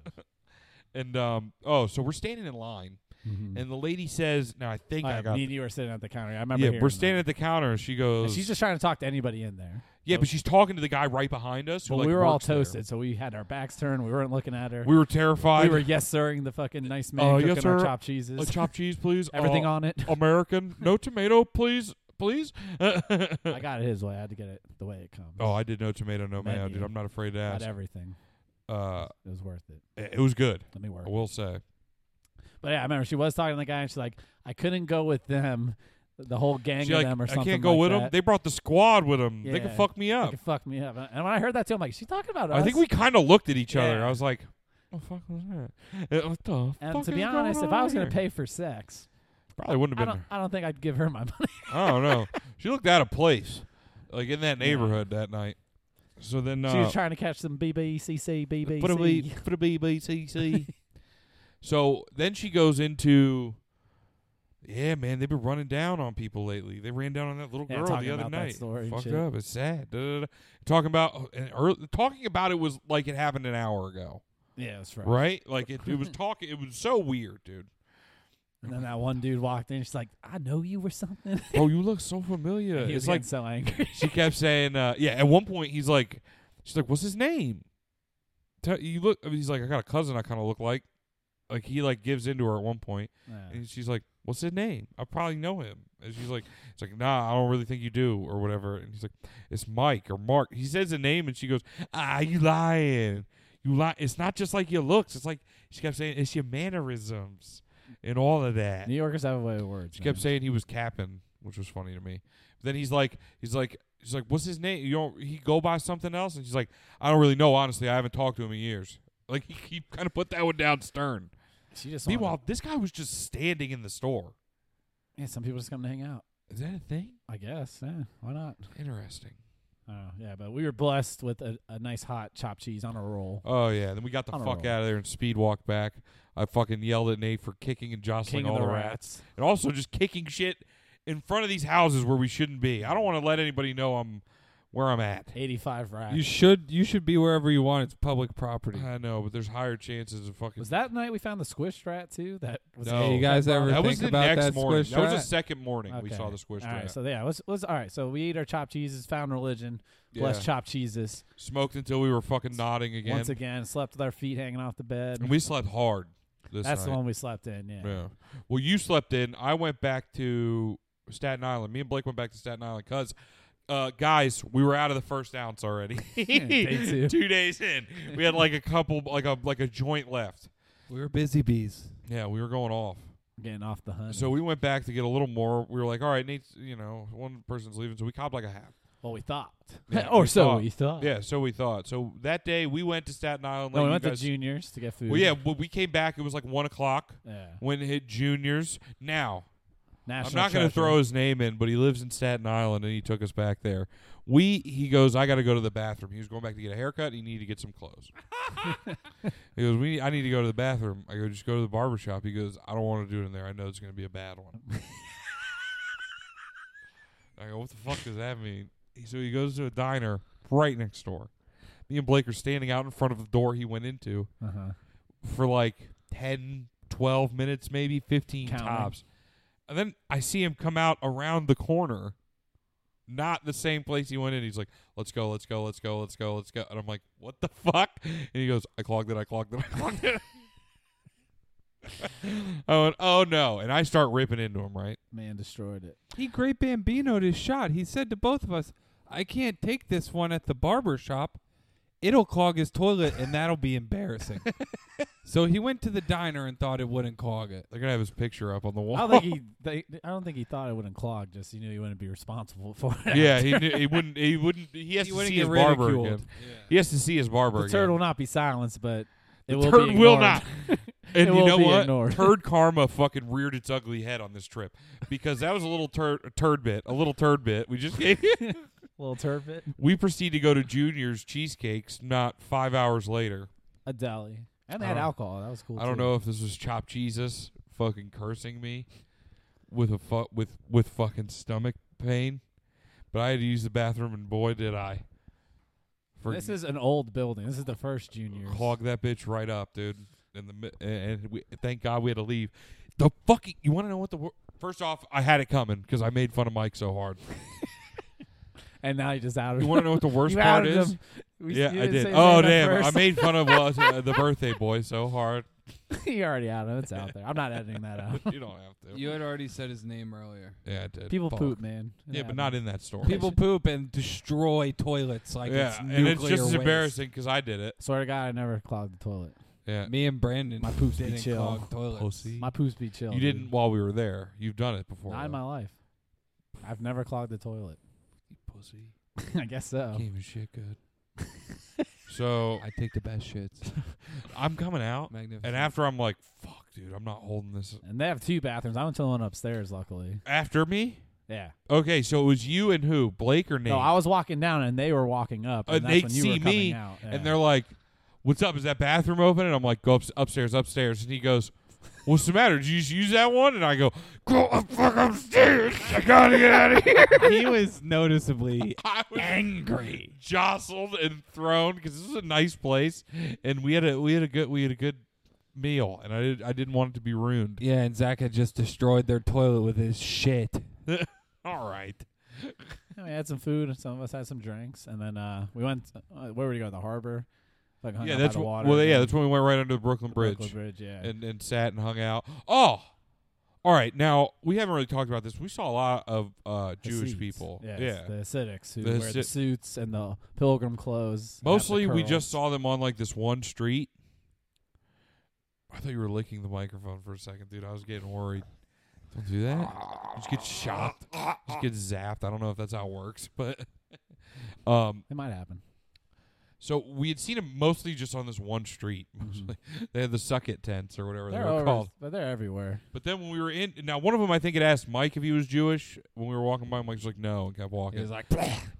C: And um, oh, so we're standing in line, and the lady says, "Now I think I
A: Like,
C: got."
A: me and you were sitting at the counter. I remember.
C: yeah,
A: hearing
C: we're
A: that.
C: standing at the counter. and She
A: And
C: goes,
A: She's just trying to talk to anybody in there.
C: "Yeah," but she's talking to the guy right behind us. who,
A: But
C: like,
A: we were all
C: works there.
A: toasted, so we had our backs turned. We weren't looking at her.
C: We were terrified.
A: We were yes sirring the fucking nice man
C: Uh,
A: cooking
C: yes,
A: our
C: sir.
A: chopped cheeses.
C: A chopped cheese, please.
A: Everything
C: Uh,
A: on it.
C: American. No tomato, please, please.
A: I got it his way. I had to get it the way it comes.
C: oh, I did no tomato, no mayo,
A: Menu.
C: dude. I'm not afraid to
A: got
C: ask.
A: everything.
C: Uh, oh.
A: It was worth it.
C: it it was good.
A: Let me work.
C: I will say.
A: But yeah, I remember she was talking to the guy, and she's like, "I couldn't go with them, the whole gang
C: She's
A: of
C: like,
A: them, or
C: I
A: something."
C: can't go
A: like
C: with
A: that.
C: them. They brought the squad with them. They
A: Yeah.
C: can fuck me
A: They
C: up.
A: could fuck me up. And when I heard that too, I'm like, "She's talking about us."
C: I think we kind of looked at each other.
A: Yeah.
C: I was like, "What the fuck was that? Uh, What the
A: And
C: fuck
A: to be
C: is going
A: honest, if
C: on
A: I was going to pay
C: here?"
A: for sex,
C: probably wouldn't
A: I
C: have
A: don't,
C: been
A: I don't think I'd give her my money.
C: there. I don't know. She looked out of place, like in that neighborhood that night. So then, uh,
A: She was trying to catch some BBCC, BBC.
C: Put a B- put a BBCC. so then she goes into, yeah, man, they've been running down on people lately. They ran down on that little
A: Yeah,
C: girl
A: talking
C: the other
A: about that
C: night.
A: story and
C: Fucked
A: shit.
C: up. It's sad. Da, da, da. Talking about and ear talking about it was like it happened an hour ago,
A: yeah, that's right.
C: right? Like it, it was talking. It was so weird, dude.
A: And then that one dude walked in. She's like, "I know you were something."
C: Bro, you look so familiar.
A: he was
C: It's
A: like
C: like
A: so angry.
C: she kept saying, uh, yeah. At one point, he's like, she's like, what's his name? Tell, you look. I mean, he's like, I got a cousin I kind of look like. Like he like gives into her at one point, and she's like, "What's his name? I probably know him." And she's like, "It's like, nah, I don't really think you do, or whatever." And he's like, "It's Mike or Mark." He says a name, and she goes, "Ah, you lying? You lie? It's not just like your looks. It's like she kept saying, it's your mannerisms and all of that."
A: New Yorkers have a way with words.
C: She kept
A: man.
C: saying he was capping, which was funny to me. then he's like, he's like, she's like, what's his name? You don't he go by something else? And she's like, I don't really know. Honestly, I haven't talked to him in years. Like he, he kind of put that one down stern.
A: She just wanted-
C: Meanwhile, this guy was just standing in the store.
A: yeah, some people just come to hang out.
C: Is that a thing?
A: I guess. Yeah, why not?
C: Interesting.
A: Oh, yeah, but we were blessed with a, a nice hot chopped cheese on a roll.
C: Oh yeah. Then we got the
A: On a
C: fuck
A: roll.
C: out of there and speed walked back. I fucking yelled at Nate for kicking and jostling
A: King
C: all
A: of the
C: rats.
A: rats.
C: and also just kicking shit in front of these houses where we shouldn't be. I don't want to let anybody know I'm where I'm at.
A: 85 rats.
B: You should you should be wherever you want. It's public property.
C: I know, but there's higher chances of fucking.
A: was that night we found the squished rat too? That was
C: No.
B: Hey, you guys ever
C: that
B: think
C: was the
B: about
C: next
B: that
C: morning.
B: squish
C: That was the
B: rat?
C: second morning we
A: Okay.
C: saw the squish
A: All
C: rat.
A: right, so yeah, let's let's all right. So we ate our chopped cheeses, found religion, blessed
C: Yeah.
A: chopped cheeses
C: Smoked until we were fucking nodding again.
A: once again, slept with our feet hanging off the bed.
C: and we slept hard. This
A: That's the
C: night.
A: one we slept in, yeah.
C: Yeah. Well, you slept in. I went back to Staten Island. Me and Blake went back to Staten Island because, uh, guys, we were out of the first ounce already.
A: Day two.
C: days in, we had like a couple, like a like a joint left.
B: We were busy bees.
C: Yeah, we were going off.
A: Getting off the hunt.
C: So we went back to get a little more. We were like, all right, Nate's, you know, one person's leaving, so we copped like a half.
A: well, we thought,
C: Yeah,
A: or
C: we
A: so
C: thought.
A: we thought.
C: Yeah, so we thought. So that day we went to Staten Island.
A: No, we
C: like you
A: went to
C: guys-
A: juniors to get food.
C: Well, yeah, when we came back, it was like one o'clock.
A: yeah.
C: When it hit juniors, now
A: National
C: I'm not going to
A: treasure.
C: throw his name in, but he lives in Staten Island, and he took us back there. We he goes, I got to go to the bathroom. He was going back to get a haircut. And he needed to get some clothes. he goes, we I need to go to the bathroom. I go, just go to the barber shop. He goes, I don't want to do it in there. I know it's going to be a bad one. I go, what the fuck does that mean? He- So he goes to a diner right next door. Me and Blake are standing out in front of the door he went into
A: Uh-huh.
C: for like 10, 12 minutes, maybe 15
A: Counting.
C: tops. And then I see him come out around the corner, not the same place he went in. He's like, let's go, let's go, let's go, let's go, let's go. And I'm like, what the fuck? And he goes, I clogged it, I clogged it, I clogged it. I went, oh no. And I start ripping into him, right?
A: Man destroyed it.
B: He great bambinoed his shot. He said to both of us, "I can't take this one at the barber shop. It'll clog his toilet, and that'll be embarrassing." so he went to the diner and thought it wouldn't clog it.
C: They're going to have his picture up on the wall.
A: I don't think he. They, I don't think he thought it wouldn't clog. Just he knew he wouldn't be responsible for it.
C: yeah, he, knew, he wouldn't. He wouldn't. He has
B: He
C: to
B: wouldn't
C: see
B: get
C: his barber
B: ridiculed.
C: again. He has to see his barber
A: the
C: again.
A: turd will not be silenced, but it
C: The
A: will.
C: turd
A: be
C: will
A: ignored.
C: not. And
A: It
C: you
A: will
C: know
A: be
C: what?
A: ignored.
C: Turd karma fucking reared its ugly head on this trip because that was a little tur- turd bit, a little turd bit. We just
A: Little turbit.
C: we proceed to go to Junior's Cheesecakes. Not five hours later.
A: A deli. And they
C: I
A: had
C: don't-
A: alcohol. That was cool.
C: Uh-huh. I don't
A: too.
C: know if this was Chop Jesus fucking cursing me with a fu- with with fucking stomach pain, but I had to use the bathroom, and boy did I. For
A: this is an old building. This is the first junior.
C: clog that bitch right up, dude. And the mi- and we thank God we had to leave. The fucking you want to know what the wor- first off I had it coming because I made fun of Mike so hard.
A: And now you just out
C: You want to know what the worst
A: You
C: part
A: outed
C: is?
A: him. We-
C: Yeah,
A: you
C: I
A: didn't
C: did.
A: say his
C: Oh
A: name at
C: damn! I
A: first.
C: made fun of us, uh, the birthday boy so hard.
A: you already out of it. It's out there. I'm not editing that out.
C: You don't have to.
B: You had already said his name earlier.
C: yeah, I did.
A: People
C: Fuck.
A: poop, man. It
C: Yeah, but not
A: happens.
C: in that store.
B: People poop and destroy toilets like
C: yeah,
B: it's
C: and
B: nuclear
C: it's just as
B: waste.
C: embarrassing because I did it.
A: Swear to God, I never clogged the toilet.
C: Yeah,
B: Me and Brandon,
A: My poops be
B: didn't
A: chill.
B: clog toilets.
C: Pussy.
A: My poops be chill.
C: you
A: dude.
C: didn't while we were there. You've done it before.
A: Not in
C: though.
A: my life. I've never clogged the toilet.
C: You pussy.
A: I guess so.
C: Can't even shit good. so
B: I take the best shits.
C: I'm coming out,
B: Magnificent.
C: and after I'm like, fuck, dude, I'm not holding this.
A: And they have two bathrooms. I went to the one upstairs, luckily.
C: After me?
A: Yeah.
C: Okay, so it was you and who? Blake or Nate?
A: No, I was walking down and they were walking up.
C: Uh,
A: And that's
C: they'd
A: when you
C: see
A: were coming
C: me,
A: out. Yeah.
C: and they're like, "What's up? Is that bathroom open?" And I'm like, "Go ups- upstairs, upstairs." And he goes, "What's the matter? Did you just use that one?" And I go, "Go up, fuck upstairs. I gotta get out of here."
B: he was noticeably
C: I was
B: angry.
C: jostled and thrown because this was a nice place, and we had a we had a good we had a good meal, and I did, I didn't want it to be ruined.
B: Yeah, and Zach had just destroyed their toilet with his shit.
C: All right.
A: Yeah, we had some food. Some of us had some drinks, and then uh, we went. Uh, where were you going? The harbor. Like hung
C: Yeah,
A: out
C: that's
A: by the
C: wh-
A: water.
C: well, yeah,
A: and
C: that's when we went right under the Brooklyn
A: the
C: Bridge,
A: Brooklyn Bridge. Yeah.
C: and and sat and hung out. Oh, all right. Now we haven't really talked about this. We saw a lot of uh,
A: The
C: Jewish
A: Hasids.
C: people.
A: Yes,
C: yeah,
A: The ascetics who
C: The
A: wear the
C: Hasi-
A: suits and the pilgrim clothes. and have the
C: mostly we just
A: curls.
C: saw them on like this one street. I thought you were licking the microphone for a second, dude. I was getting worried. Don't do that. You just get shot. Just get zapped. I don't know if that's how it works, but um,
A: It might happen.
C: So we had seen them mostly just on this one street. Mostly, they had the suck it tents or whatever they
A: Mm-hmm. They're
C: were
A: over,
C: called.
A: but they're everywhere.
C: But then when we were in, now one of them I think had asked Mike if he was Jewish. When we were walking by, Mike's like, "No," and kept walking.
B: He was like,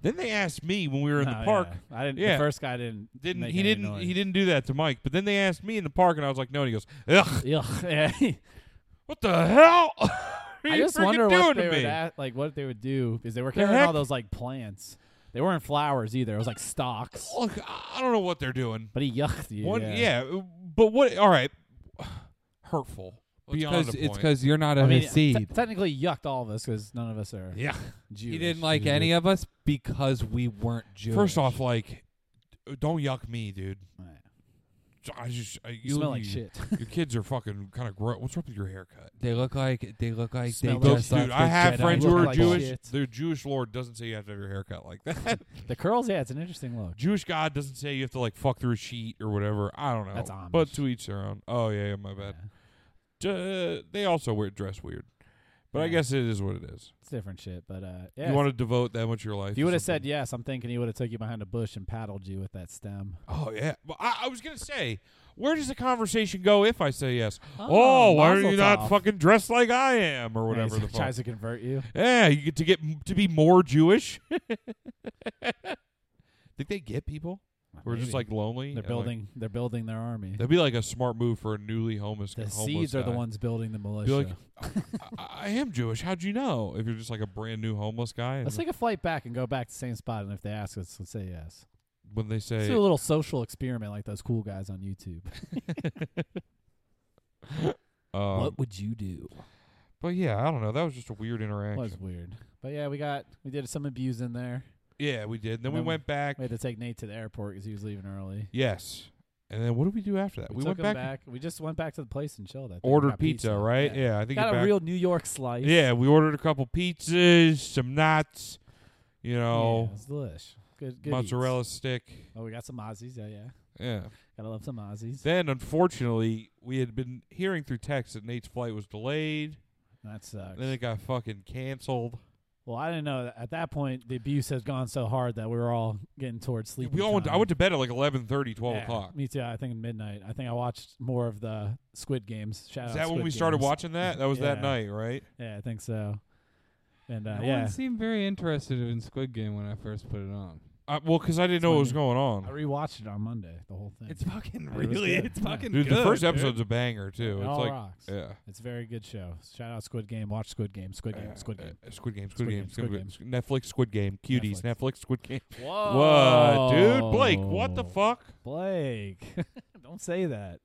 C: then they asked me when we were in
A: No,
C: the park.
A: Oh, yeah. I didn't.
C: Yeah.
A: The first guy didn't.
C: Didn't
A: make
C: he?
A: any
C: Didn't
A: noise.
C: he? Didn't do that to Mike. But then they asked me in the park, and I was like, "No," and he goes, "Ugh,
A: Ugh, yeah.
C: what the hell?" What are
A: I
C: you
A: just
C: freaking
A: wonder
C: doing
A: what
C: to
A: they
C: me?
A: would at, like what they would do because they were
C: The
A: carrying all
C: heck?
A: those like plants. They weren't flowers either. It was like stalks.
C: Look, I don't know what they're doing.
A: But he yucked you.
C: One,
A: yeah.
C: yeah. but what? All right, hurtful. Beyond a
B: it's
C: point.
B: because you're not a
A: I mean, te-
B: Hasid.
A: technically he yucked all of us because none of us are
C: yeah.
A: Jewish.
B: He didn't like any of us because we weren't Jewish.
C: First off, like, don't yuck me, dude.
A: Right.
C: I just I, you,
A: You smell
C: look-
A: like
C: you-
A: shit.
C: Your kids are fucking kind of gross. What's up with your haircut?
B: they look like they look like they
A: Smell like
B: just
A: shit.
B: left
C: dude, I
B: the
C: have
B: Jedi
C: friends who
A: Look
C: are
A: like
C: Jewish.
A: shit.
C: Their Jewish Lord doesn't say you have to have your haircut like that.
A: the curls, yeah, it's an interesting look.
C: Jewish God doesn't say you have to like fuck through a sheet or whatever. I don't know.
A: That's
C: But
A: Amish.
C: to each their own. Oh yeah, yeah my
A: Yeah.
C: bad. Ju- uh, they also wear dress weird, but I
A: Yeah.
C: guess it is what it is.
A: It's different shit, but uh, yeah.
C: You want to devote that much of your life?
A: if
C: to
A: you would have
C: something-
A: said yes, I'm thinking he would have took you behind a bush and paddled you with that stem.
C: Oh yeah. Well, I, I was gonna say, where does the conversation go if I say yes? Oh, why are
A: Mazel
C: you not
A: tov.
C: fucking dressed like I am or
A: Yeah,
C: whatever
A: he
C: the fuck?
A: tries to convert you.
C: Yeah, you get to get m- to be more Jewish. Think they get people who are just
A: Maybe.
C: like
A: they're
C: lonely? and, like-
A: building they're building their army.
C: that'd be like a smart move for a newly homeless.
A: The
C: homeless
A: seeds are the
C: guy.
A: ones building the
C: Be
A: militia.
C: like, I, I am Jewish. How'd you know? If you're just like a brand new homeless guy, and
A: Let's take a flight back and go back to the same spot, and if they ask us, let's say yes.
C: when they
A: Let's
C: say
A: do a little social experiment like those cool guys on YouTube.
C: um,
A: what would you do?
C: but yeah, I don't know. That was just a weird interaction.
A: was weird. But yeah, we got we did some abuse in there.
C: Yeah, we did. Then,
A: And
C: we
A: then
C: went back.
A: We had to take Nate to the airport because he was leaving early.
C: Yes, and then what did we do after that? We,
A: took
C: went
A: him
C: back,
A: We just went back to the place and chilled. I think. We
C: ordered
A: got
C: pizza, right?
A: Yeah.
C: Yeah, I think
A: got
C: you're
A: a
C: back.
A: real New York slice.
C: Yeah, we ordered a couple pizzas, some nuts, you
A: Oh,
C: know,
A: it's delish. Good, good
C: mozzarella
A: eats.
C: stick.
A: Oh, we got some Aussies. Yeah, yeah.
C: Yeah.
A: Gotta love some Aussies.
C: Then, unfortunately, we had been hearing through text that Nate's flight was delayed.
A: that sucks.
C: Then it got fucking canceled.
A: Well, I didn't know. That. At that point, the abuse has gone so hard that we were all getting towards sleep.
C: we all went. I went to bed at like eleven thirty, twelve o'clock.
A: Me too. I think midnight. I think I watched more of the Squid Games. Shout
C: Is
A: out
C: that when
A: Squid
C: we started
A: Games.
C: watching that? That was that
A: Yeah.
C: night, right?
A: Yeah, I think so. And uh,
B: No
A: yeah,
B: one seemed very interested in Squid Game when I first put it on.
C: I, Uh, well, because I didn't know what was going
A: I
C: on.
A: rewatched it on Monday. The whole thing.
B: It's fucking
A: was
B: really.
A: good.
B: It's
A: Yeah.
B: fucking
C: Dude,
B: good.
C: the first
B: dude.
C: episode's a banger
A: It
C: too. It's
A: all
C: like
A: rocks.
C: yeah.
A: It's a very good show. Shout out Squid Game. Watch Squid Game. Squid Game.
C: Uh,
A: Squid
C: uh,
A: Game.
C: Squid Game. Squid,
A: Squid
C: Game.
A: Game,
C: Squid
A: Squid
C: Game. Squ- Netflix. Squid Game. Cuties.
A: Netflix. Oh.
C: Netflix. Squid Game. Whoa, dude, Blake, what the
A: Whoa.
C: fuck?
A: Blake, don't say that.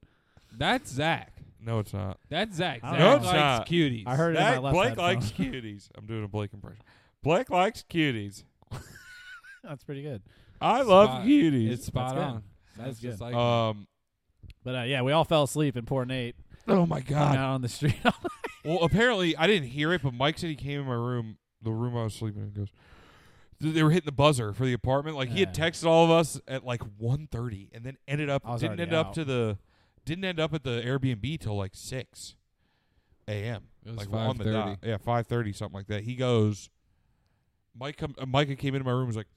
B: That's Zach.
C: No, it's not.
B: That's Zach.
A: I don't
B: Zach
A: know.
B: likes
A: No,
C: it's not.
B: cuties.
A: I heard it in my
C: That,
A: left
C: Blake
A: headphone.
C: likes cuties. I'm doing a Blake impression. Blake likes cuties.
A: That's pretty good.
C: I love
B: Spot.
C: cuties.
B: it's spot
A: good.
B: on.
A: That's
B: That's just
A: good.
B: like
C: um.
A: But uh, yeah, we all fell asleep, and poor Nate
C: Oh my
A: hung
C: god.
A: out on the street.
C: Well, apparently I didn't hear it, but Mike said he came in my room, the room I was sleeping in, and goes. th- They were hitting the buzzer for the apartment. Like he had
A: Yeah.
C: texted all of us at like 1.30 and then ended up
A: I was
C: didn't
A: already
C: end up
A: out.
C: to the didn't end up at the Airbnb till like six a.m.
B: It was
C: like on the dot.
B: 5:30.
C: Yeah, five thirty something like that. He goes, Mike. Come, uh, Micah came into my room. and was like,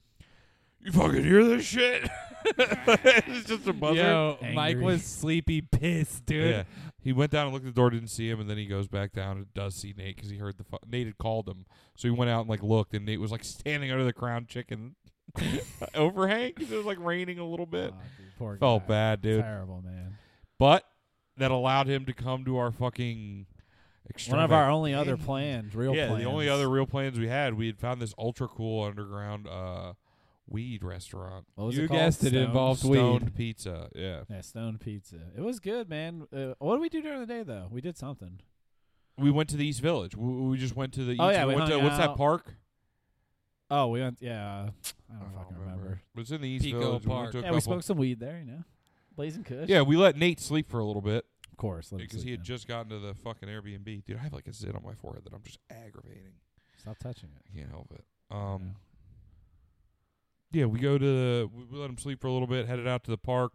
C: "You fucking hear this shit?" it's just a buzzer.
B: Yo, Mike
A: Angry.
B: was sleepy pissed, dude.
C: Yeah. He went down and looked at the door, didn't see him, and then he goes back down and does see Nate because he heard the fu- Nate had called him. So he went out and like looked, and Nate was like standing under the crown chicken overhang 'cause it was like raining a little bit.
A: Oh, dude, poor
C: Felt
A: guy.
C: bad, dude.
A: Terrible man.
C: But that allowed him to come to our fucking.
A: One of our
C: extravaganza.
A: only other plans, real
C: yeah,
A: plans.
C: the only other real plans we had, we had found this ultra cool underground uh, weed restaurant.
A: What was
B: You
A: it called?
B: guessed it,
A: Stoned?
B: involved- Soft weed.
C: Stoned pizza. Yeah.
A: Yeah, Stone Pizza. It was good, man. Uh, what did we do during the day though? We did something.
C: We went to the East Village. We, we just went to the.
A: Oh,
C: East-
A: yeah,
C: we
A: we
C: went to,
A: hung
C: What's that
A: out.
C: park?
A: Oh, we went. Yeah, I don't
C: I
A: fucking
C: don't
A: remember.
C: It was in the East
B: Pico Park.
C: Village. We went to a
A: Yeah, we
C: couple-
A: smoked some weed there. You know, blazing kush.
C: Yeah, we let Nate sleep for a little bit
A: of course. let him
C: because
A: sleep
C: he had
A: in.
C: just gotten to the fucking Airbnb. Dude, I have like a zit on my forehead that I'm just aggravating.
A: stop touching it.
C: I can't help it. Um, yeah, we go to the, we- we let him sleep for a little bit, headed out to the park,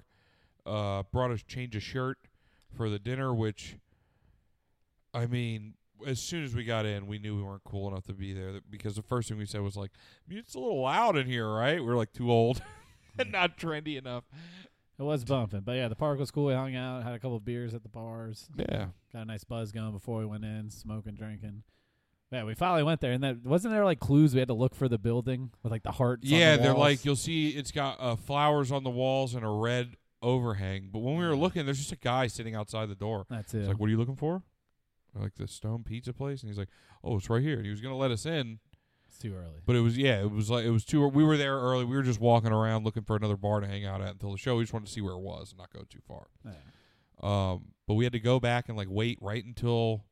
C: uh, brought us change of shirt for the dinner, which, I mean, as soon as we got in, we knew we weren't cool enough to be there th- because the first thing we said was like, "It's a little loud in here, right?" We're like too old
A: Hmm.
C: and not trendy enough.
A: It was bumping, but yeah, the park was cool. We hung out, had a couple beers at the bars,
C: Yeah,
A: got a nice buzz going before we went in, smoking, drinking. Yeah, we finally went there, and that wasn't there like clues we had to look for the building with like the hearts. on the
C: Yeah, they're like
A: walls?
C: you'll see it's got uh, flowers on the walls and a red overhang. But when we were looking, there's just a guy sitting outside the door.
A: that's
C: It's
A: it.
C: like, "What are you looking for?" We're like the Stone Pizza place, and he's like, "Oh, it's right here." And he was gonna let us in,
A: it's too early.
C: but it was yeah, it was like it was too. We were there early. We were just walking around looking for another bar to hang out at until the show. We just wanted to see where it was and not go too far.
A: Yeah.
C: Um, but we had to go back and like wait right until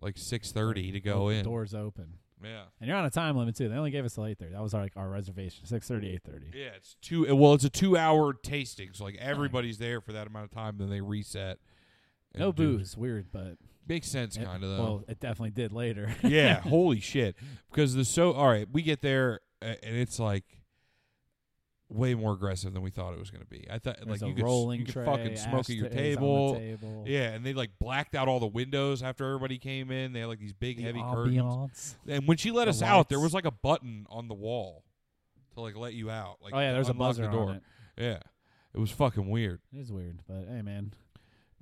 C: like six thirty to go
A: The
C: in.
A: Doors open,
C: Yeah.
A: and you're on a time limit too. They only gave us till eight thirty. That was our, like our reservation, six thirty, eight thirty.
C: Yeah, it's two. uh, Well, it's a two-hour tasting, so like everybody's there for that amount of time. Then they reset. and
A: No
C: do-
A: booze, weird, but
C: Makes sense,
A: it-
C: kind of though.
A: Well, it definitely did later.
C: yeah, holy shit! Because the so all right, we get there uh, and it's like way more aggressive than we thought it was going to be. I thought
A: There's
C: like
A: a
C: you could, s-
A: rolling
C: you could
A: tray,
C: fucking smoke at your
A: ashtrays
C: table.
A: On the table.
C: Yeah, and they like blacked out all the windows after everybody came in. They had like these big
A: The
C: heavy curtains.
A: ambiance.
C: And when she let
A: The
C: us out, there
A: lights.
C: was like a button on the wall to like let you out. Like
A: oh yeah,
C: to
A: there's a
C: unlock
A: buzzer
C: the door.
A: on it.
C: Yeah, it was fucking weird.
A: It is weird, but hey, man.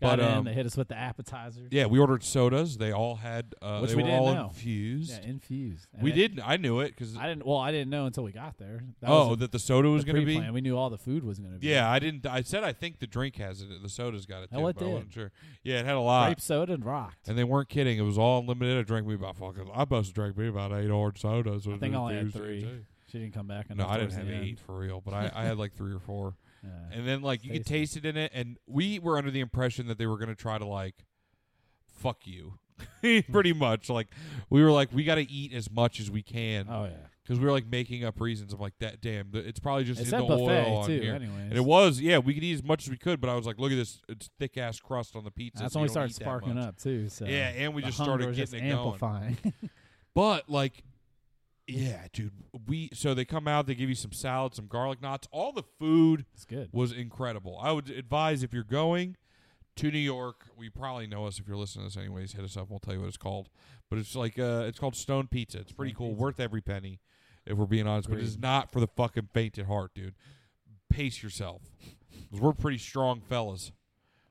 C: But,
A: Got in.
C: um,
A: they hit us with the appetizers.
C: Yeah, we ordered sodas. They all had uh,
A: Which
C: they
A: we
C: were
A: didn't
C: all
A: know.
C: infused.
A: Yeah, infused. And
C: we
A: it-
C: didn't. I knew it because
A: I didn't. Well, I didn't know until we got there. That
C: oh,
A: was
C: that the soda was
A: the
C: going to be.
A: pre-plan. We knew all the food was going to be.
C: Yeah, I didn't. I said I think the drink has it. The soda's got it. Too,
A: Oh, it
C: but I
A: did.
C: wasn't sure. Yeah, it had a lot.
A: grape soda and rocked.
C: uh, And they weren't kidding. It was all unlimited. I drank me about fucking. I must have drank me about eight orange sodas.
A: I
C: with
A: think I
C: the
A: only had
C: infused
A: three.
C: drink, too.
A: She didn't come back.
C: No,
A: until
C: I didn't
A: towards
C: have
A: the
C: eight
A: end.
C: for real, but I, I had like three or four.
A: Yeah.
C: And then like you could
A: Tasty.
C: taste it in it, and we were under the impression that they were gonna try to like fuck you, pretty much. Like we were like we gotta eat as much as we can
A: oh yeah,
C: because we were like making up reasons. I'm like that damn, th- it's probably just
A: it's
C: in
A: at
C: the
A: buffet
C: oil on
A: too.
C: here.
A: Anyways,
C: And it was yeah, we could eat as much as we could, but I was like, look at this, it's thick ass crust on the pizza.
A: that's
C: so
A: when
C: you
A: we started
C: don't eat that
A: sparking
C: much.
A: up too. So
C: Yeah, and we
A: the
C: just
A: hunger
C: started
A: was
C: getting
A: just
C: it going.
A: amplifying.
C: But like, yeah, dude, we so they come out, they give you some salad, some garlic knots, all the food
A: it's good.
C: was incredible. I would advise if you're going to New York, we probably know us if you're listening to this anyways, hit us up, we'll tell you what it's called. But it's like uh it's called Stone Pizza. It's pretty
A: Stone
C: cool,
A: Pizza.
C: worth every penny if we're being honest, but it's
A: Agreed.
C: not for the fucking faint at heart, dude. Pace yourself. 'Cause we're pretty strong fellas.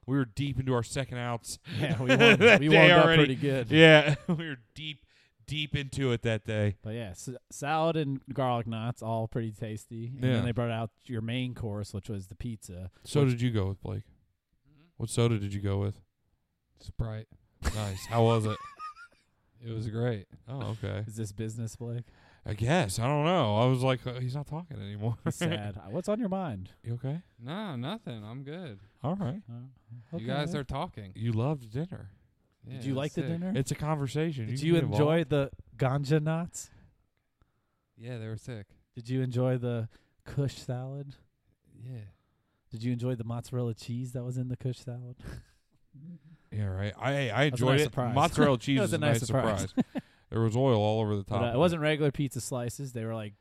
C: We were deep into our second ounce.
A: Yeah, we warmed,
C: That
A: we
C: day
A: warmed up
C: already.
A: pretty good.
C: Yeah, we were deep deep into it that day.
A: But yeah, s salad and garlic knots, all pretty tasty. And
C: Yeah.
A: then they brought out your main course, which was the pizza.
C: So did you go with Blake? What soda did you go with?
B: Sprite.
C: Nice. How was it?
B: It was great.
C: Oh, okay.
A: Is this business, Blake?
C: I guess I don't know. I was like, uh, he's not talking anymore.
A: He's sad. Uh, What's on your mind?
C: you okay?
B: No, nothing. I'm good.
C: All right.
A: Uh,
B: You guys
A: okay.
B: are talking.
C: You loved dinner.
A: Did
B: Yeah,
A: you like
B: that's
A: the
B: sick.
A: dinner?
C: It's a conversation.
A: Did
C: can
A: you
C: get involved.
A: enjoy the ganja knots?
B: Yeah, they were sick.
A: Did you enjoy the kush salad?
B: Yeah.
A: Did you enjoy the mozzarella cheese that was in the kush salad?
C: Yeah, right. I I
A: was a
C: enjoyed
A: nice
C: it.
A: surprise.
C: Mozzarella cheese
A: was
C: is
A: a
C: a
A: nice
C: nice surprise. there was oil all over the top.
A: But, uh,
C: of
A: it wasn't regular pizza slices. They were like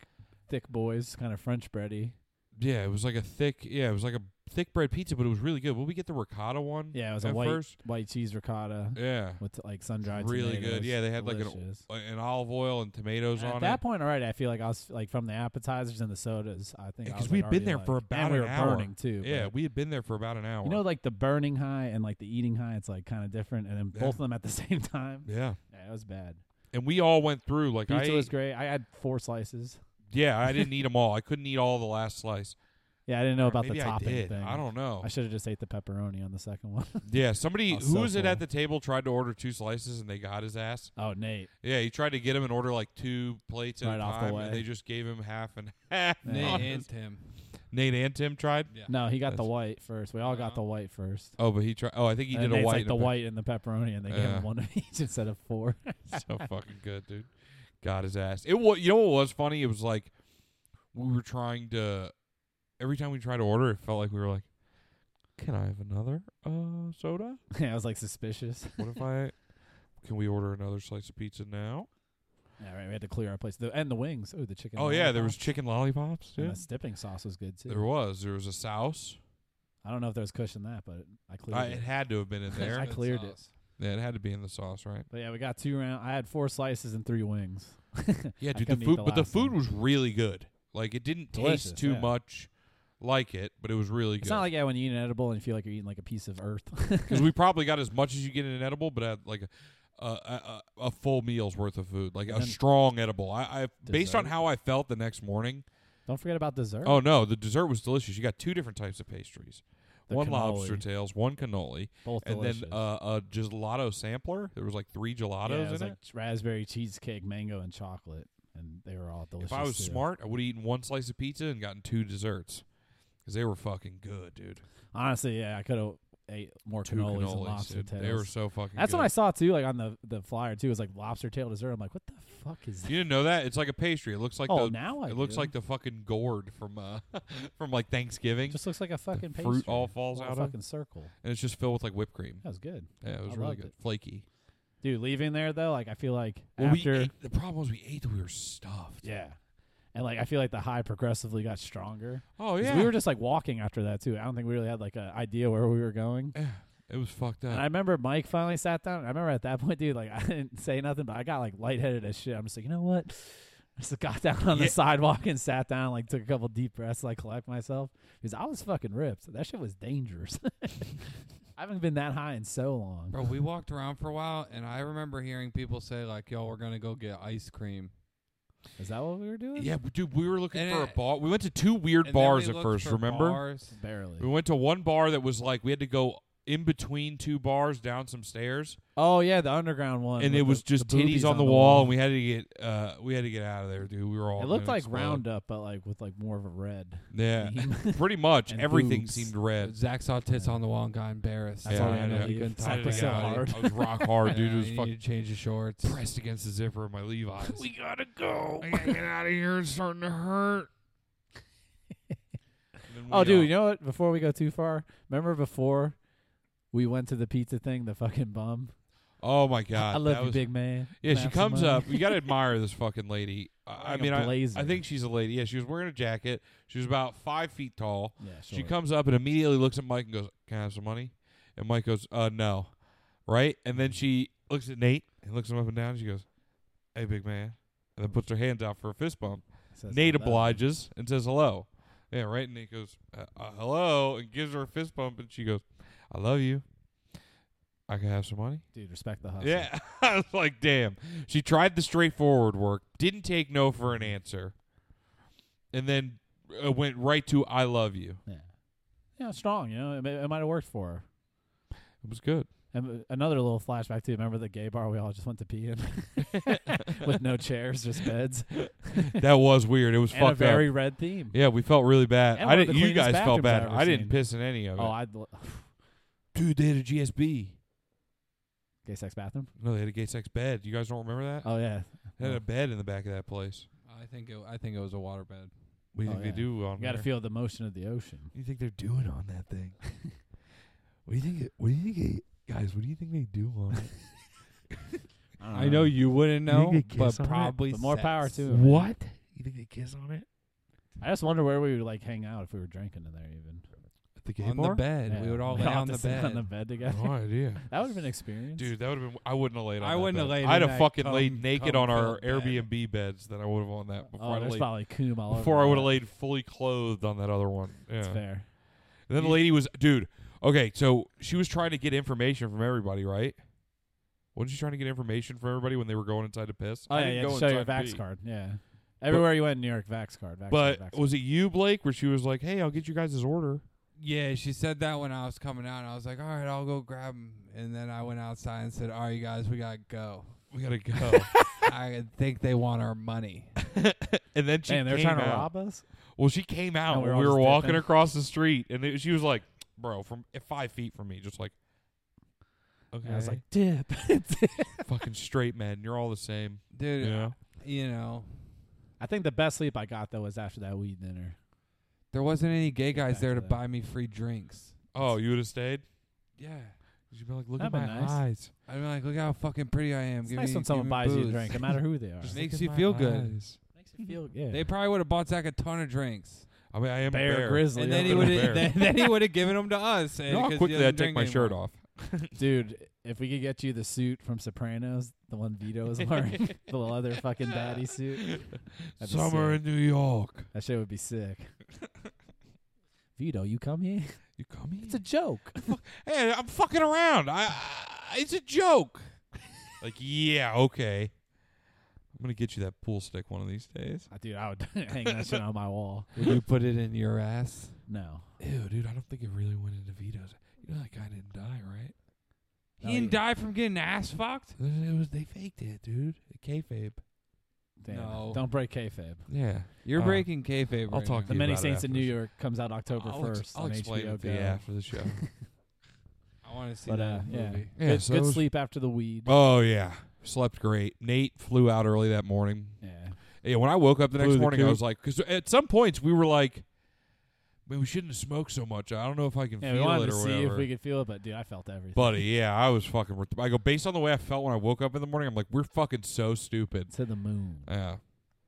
A: thick boys, kind of French bready.
C: Yeah, it was like a thick. Yeah, it was like a thick bread pizza, but it was really good. Will we get the ricotta one?
A: Yeah, it was
C: at
A: a white
C: first.
A: white cheese ricotta
C: Yeah,
A: with like sun dried.
C: Really good. Yeah, they had, like, an- Like, and olive oil and tomatoes
A: at
C: on
A: that
C: it.
A: point already. I feel like I was like from the appetizers and the sodas. I think I
C: Yeah, 'cause
A: was,
C: we
A: like,
C: had been
A: already,
C: there
A: like-
C: for
A: and
C: about
A: we
C: an
A: were
C: hour.
A: burning too.
C: yeah,
A: but-
C: we had been there for about an hour.
A: you know, like the burning high and like the eating high. It's like kind of different, and then
C: Yeah.
A: both of them at the same time.
C: yeah,
A: Yeah, it was bad.
C: and we all went through. Like
A: Pizza
C: I,
A: was
C: ate-
A: great. I had four slices.
C: yeah, I didn't eat them all. I couldn't eat all the last slice.
A: Yeah, I didn't know
C: Or
A: about the
C: maybe I
A: topping
C: did.
A: thing.
C: I don't know.
A: I should have just ate the pepperoni on the second one.
C: yeah, somebody
A: I was
C: who
A: so
C: was it
A: full.
C: at the table tried to order two slices and they got his ass.
A: oh, Nate.
C: Yeah, he tried to get him and order like two plates at
A: Right
C: a
A: off the
C: time,
A: way.
C: and they just gave him half and half.
A: Yeah.
B: Nate
A: Nice.
B: and Tim.
C: Nate and Tim tried.
B: Yeah.
A: No, he got the
C: That's-
A: white first. We all got the white first.
C: Oh, but he tried. Oh, I think he
A: and
C: did
A: Uh, Nate's
C: a white.
A: like
C: and
A: the
C: a pe-
A: white and the pepperoni, and they gave
C: Yeah.
A: him one of each instead of four.
C: so fucking good, dude. Got his ass. It was. You know what was funny? It was like we were trying to. Every time we tried to order, it felt like we were like, "Can I have another uh, soda?
A: yeah, I was like suspicious.
C: What if I? Can we order another slice of pizza now?
A: Yeah, right. We had to clear our place. The, and the wings. Oh, the chicken.
C: oh yeah, there was
A: lollipops.
C: chicken lollipops.
A: And
C: Yeah,
A: the dipping sauce was good too.
C: there was. There was a souse.
A: I don't know if there was cushion that, but I cleared
C: I,
A: it.
C: it had to have been in there.
A: I cleared it.
C: yeah, it had to be in the sauce, right?
A: But yeah, we got two round. I had four slices and three wings.
C: Yeah,
A: I
C: dude, the
A: couldn't eat
C: food,
A: the
C: but the
A: last
C: food
A: one.
C: was really good. Like it didn't
A: Delicious,
C: taste too
A: yeah.
C: much like it, but it was really
A: It's
C: good.
A: not like yeah, when you eat an edible and you feel like you're eating like a piece of earth.
C: Because we probably got as much as you get in an edible, but at like a, a, a, a full meal's worth of food, like
A: And
C: a
A: then
C: strong edible. I, I based on
A: dessert.
C: how I felt the next morning.
A: don't forget about dessert.
C: Oh no, the dessert was delicious. You got two different types of pastries.
A: The
C: one
A: cannoli,
C: lobster tails, one cannoli,
A: both
C: and
A: delicious.
C: then uh, a gelato sampler. There was like three gelatos
A: yeah, it
C: in
A: was
C: it.
A: like raspberry cheesecake, mango, and chocolate, and they were all delicious.
C: If I was
A: too.
C: smart, I would have eaten one slice of pizza and gotten two desserts because they were fucking good, dude.
A: honestly, yeah, I could have ate more
C: Two
A: cannolis, and
C: cannolis,
A: lobster
C: dude.
A: tails.
C: They were so fucking.
A: That's
C: good.
A: what I saw too, like on the the flyer too. It was like lobster tail dessert. I'm like, what the fuck is that?
C: You didn't know that? It's like a pastry. It looks like
A: oh,
C: the
A: now I
C: it looks
A: do.
C: like the fucking gourd from uh from like Thanksgiving,
A: It just looks like a fucking
C: fruit
A: pastry.
C: all falls
A: Little
C: out of-
A: fucking circle.
C: and it's just filled with like whipped cream.
A: That was good,
C: Yeah, it was
A: I
C: really
A: loved
C: good,
A: it.
C: flaky.
A: dude. Leaving there though, like I feel like
C: Well,
A: after
C: we ate, the problem was we ate till we were stuffed.
A: yeah, and like I feel like the high progressively got stronger.
C: Oh
A: 'Cause
C: yeah.
A: we were just like walking after that too. I don't think we really had like an idea where we were going.
C: yeah. It was fucked up.
A: And I remember Mike finally sat down. and I remember at that point, dude, like I didn't say nothing, but I got like lightheaded as shit. I'm just like, you know what? I just got down on
C: Yeah.
A: the sidewalk and sat down, like took a couple deep breaths, like collect myself because I was fucking ripped. That shit was dangerous. I haven't been that high in so long.
B: Bro, we walked around for a while, and I remember hearing people say like, "Yo, we're gonna go get ice cream."
A: Is that what we were doing?
C: yeah, but dude, we were looking
B: And
C: for a
B: it-
C: bar. We went to two weird
B: And then
C: bars
B: we
C: at
B: looked
C: first.
B: for
C: Remember,
B: bars.
A: barely.
C: we went to one bar that was like we had to go in between two bars down some stairs,
A: Oh yeah, the underground one.
C: and
A: with the-
C: it was just
A: the
C: titties
A: boobies
C: on the wall, and we had to get uh we had to get out of there, dude. We were all
A: it looked
C: gonna
A: like
C: explode.
A: Roundup, but like with like more of a red.
C: Yeah,
A: theme.
C: pretty much
A: And
C: everything
A: boobs.
C: seemed red.
B: Zach saw tits on the wall and got embarrassed.
A: That's
C: yeah,
A: all we
C: I
A: know.
C: know.
A: You couldn't
C: I
A: talk
B: Decided
A: to
B: to
A: so
B: get out of
A: hard.
C: I was rock hard, dude. It was
B: you
C: fucking
B: need to change your shorts.
C: pressed against the zipper of my Levi's.
D: We gotta go.
C: I gotta get out of here. It's starting to hurt. And then
A: Oh,
C: we,
A: dude, you
C: uh,
A: know what? Before we go too far, remember before we went to the pizza thing, the fucking bum.
C: Oh my god.
A: I love
C: that
A: you,
C: was-
A: big man.
C: Yeah,
A: Can I
C: she
A: have some
C: comes
A: money?
C: up. You gotta admire this fucking lady. I, I
A: Like a
C: mean, I, I
A: blazer.
C: think she's a lady. Yeah, she was wearing a jacket. She was about five feet tall.
A: Yeah,
C: She
A: sure.
C: comes up and immediately looks at Mike and goes, "Can I have some money?" And Mike goes, "Uh, no." Right? And then she looks at Nate and looks him up and down. And she goes, "Hey, big man," and then puts her hands out for a fist bump.
A: Says
C: Nate
A: hello.
C: obliges and says hello. Yeah, right. And Nate goes, uh, uh, "Hello," and gives her a fist bump, and she goes, "I love you." I could have some money.
A: dude. Respect the hustle.
C: Yeah. I was like, damn. She tried the straightforward work, didn't take no for an answer, and then uh, went right to I love you.
A: yeah, yeah. Strong. You know, it, may- it might have worked for her.
C: It was good.
A: And uh, another little flashback to remember the gay bar we all just went to pee in with no chairs, just beds,
C: that was weird. It was
A: and a
C: fucked
A: very
C: up.
A: red theme.
C: Yeah, we felt really bad.
A: And one
C: I
A: of
C: didn't.
A: the
C: You
A: cleanest
C: guys felt
A: bathrooms I've ever
C: bad. I didn't
A: seen.
C: piss in any of it.
A: Oh, I
C: dude, they had a GSB.
A: gay sex bathroom.
C: No, they had a gay sex bed. You guys don't remember that?
A: Oh yeah,
C: they had a bed in the back of that place.
B: I think it, I think it was a waterbed.
C: What do you
A: Oh,
C: think
A: yeah.
C: they do on
A: you got to
C: there?
A: feel the motion of the ocean.
C: What do you think they're doing on that thing? what do you think? it- What do you think, it, guys? What do you think they do on it?
A: don't
B: I know you wouldn't know,
C: could
B: but
C: kiss on it,
B: probably
A: but more power
B: sex.
A: to 'em.
C: what? You think they kiss on it?
A: I just wonder where we would like hang out if we were drinking in there. Even
C: At the gay
B: on
C: bar?
B: the bed.
A: Yeah.
B: We would all
A: We'd
B: lay
A: have
B: on
A: to
B: the
A: sit
B: bed.
A: on the bed together.
C: No idea,
A: That would have been an experience,
C: dude. That would have been. I wouldn't have laid. On
B: I
C: that
B: wouldn't have
C: bed.
B: laid
C: I'd
B: in that
C: have fucking
B: cum-
C: laid naked
B: cum
C: on our
B: filled bed.
C: Airbnb beds than I would have on that before
A: Oh,
C: I
A: there's
C: laid.
A: probably coom all over
C: Before I
A: that.
C: would have laid fully clothed on that other one. Yeah.
A: That's fair.
C: And then the lady was, dude. Okay, so she was trying to get information from everybody, right? Wasn't she trying to get information from everybody when they were going inside to piss?
A: Oh
C: I
A: yeah,
C: didn't
A: you
C: go
A: had to show your
C: inside to
A: vax
C: pee.
A: card. Yeah, everywhere you went in New York, vax card. Vax
C: But
A: card, vax
C: was it you, Blake, where she was like, "Hey, I'll get you guys' order."
B: Yeah, she said that when I was coming out, and I was like, "All right, I'll go grab 'em." And then I went outside and said, "All right, you guys, we gotta go.
C: We gotta go.
A: Oh.
B: I think they want our money."
C: and then
A: card.
C: she
A: Man, they're
C: came
A: trying to
C: out.
A: rob us.
C: Well, she came out.
A: And we
C: when
A: were
C: we
A: all
C: were
A: just
C: walking
A: dipping.
C: across the street, and it, she was like, "Bro, from five feet from me, just like." Okay.
A: And I was like, dip.
C: "Fucking straight men, you're all the same."
B: Dude,
C: Yeah.
B: you know,
A: I think the best sleep I got though was after that weed dinner.
B: there wasn't any gay guys
A: back
B: there
A: to
B: to
A: that.
B: buy me free drinks.
C: Oh, you would have stayed.
B: Yeah.
C: You'd be like, "Look
A: That'd
C: at
A: been
C: my
A: nice.
C: eyes."
B: I'd be like, "Look how fucking pretty I am."
A: It's
B: give
A: nice
B: me,
A: when
B: give
A: someone
B: me
A: buys you a
B: booze."
A: drink, no matter who they are.
C: Just
A: Makes
B: Makes
C: look at
B: you
C: my
B: feel good.
C: eyes.
A: you feel good.
B: They probably would have bought Zach a ton of drinks,
C: I mean, I am
A: bear,
C: a bear.
A: grizzly.
B: and then he
A: over
B: would
A: there.
C: Bear.
B: have then, then he would have given them to us.
C: You know how quickly I take my shirt off.
A: Dude, if we could get you the suit from Sopranos, the one Vito was wearing, the leather fucking daddy suit, That'd be
C: Summer
A: sick.
C: in New York.
A: that shit would be sick. Vito, you come here?
C: You come here.
A: It's a joke.
C: hey, I'm fucking around. I, I it's a joke. like, yeah, okay. I'm gonna get you that pool stick one of these days.
A: Dude, I would hang that shit on my wall.
B: Would you put it in your ass?
A: No.
C: Ew, dude, I don't think it really went into Vito's. You know that guy didn't die, right?
A: No,
B: He didn't
A: you-
B: die from getting ass fucked.
C: It was they faked it, dude. Kayfabe.
A: Damn.
B: No.
A: Don't break kayfabe.
C: Yeah,
B: You're
C: Uh,
B: breaking kayfabe.
C: I'll
B: right
C: talk
B: now.
A: The
C: you
A: Many
C: about it
A: Saints in New
C: afterwards.
A: York comes out October
C: I'll, ex-
A: 1st.
C: I'll
A: on
C: explain
A: HBO
C: it to
A: Go.
C: you after the show.
B: I want to see
A: But,
B: that
A: uh, yeah.
B: movie.
C: Yeah,
A: good
C: so
A: good
C: it was-
A: sleep after the weed.
C: oh yeah, slept great. Nate flew out early that morning.
A: Yeah.
C: Yeah, when I woke up the next
B: Blew the
C: morning, I
B: coop.
C: was like, because at some points we were like, man, we shouldn't have smoked so much. I don't know if I can
A: Yeah, we
C: feel
A: wanted
C: it or
A: to see
C: whatever.
A: if we could feel it, but dude, I felt everything.
C: Buddy, yeah, I was fucking. ret- I go based on the way I felt when I woke up in the morning. I'm like, we're fucking so stupid.
A: to the moon.
C: Yeah,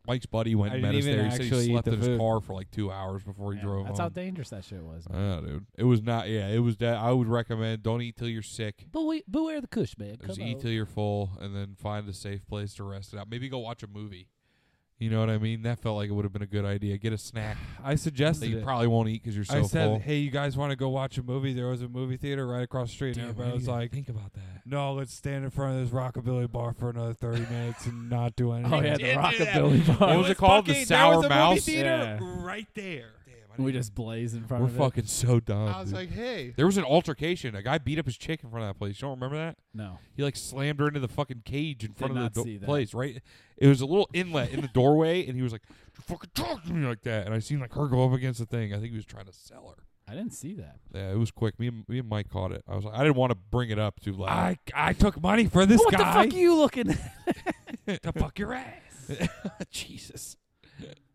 C: Mike's buddy went
B: I
C: and met us
B: didn't
C: there.
B: even
C: He said
B: actually
C: he
B: eat
C: slept
B: the
C: in his
B: food.
C: car for like two hours before he
A: Yeah,
C: drove
A: That's how
C: home.
A: dangerous that shit was.
C: yeah, dude, it was not. Yeah, it was. That I would recommend. Don't eat till you're sick.
A: But we, beware the cush, man.
C: Just eat till you're full, and then find a safe place to rest it out. Maybe go watch a movie. You know what I mean? That felt like it would have been a good idea. Get a snack.
B: I
C: that
B: suggested
C: you
B: it.
C: probably won't eat because you're so
B: I said,
C: full.
B: "Hey, you guys want to go watch a movie?" There was a movie theater right across the street, and everybody was like,
C: think about that.
B: "No, let's stand in front of this rockabilly bar for another thirty minutes and not do anything."
A: Oh yeah, the
C: did do that.
A: rockabilly
C: What
A: bar.
C: was it called? The Sour Mouse.
A: theater
B: right there.
A: we just blaze in front
C: We're
A: of it.
C: fucking so dumb.
D: I was
C: dude.
D: like, hey,
C: there was an altercation. A guy beat up his chick in front of that place. You don't remember that?
A: No,
C: He like slammed her into the fucking cage in front
A: not
C: of the do-
A: see that.
C: place. Right? It was a little inlet in the doorway, and he was like, "You fucking talk to me like that." And I seen like her go up against the thing. I think he was trying to sell her.
A: I didn't see that.
C: Yeah, it was quick. Me and, me and Mike caught it. I was like, I didn't want to bring it up too loud.
B: I I took money for this
A: Oh, what
B: guy
A: the fuck are you looking? at?
B: to fuck your ass.
C: Jesus.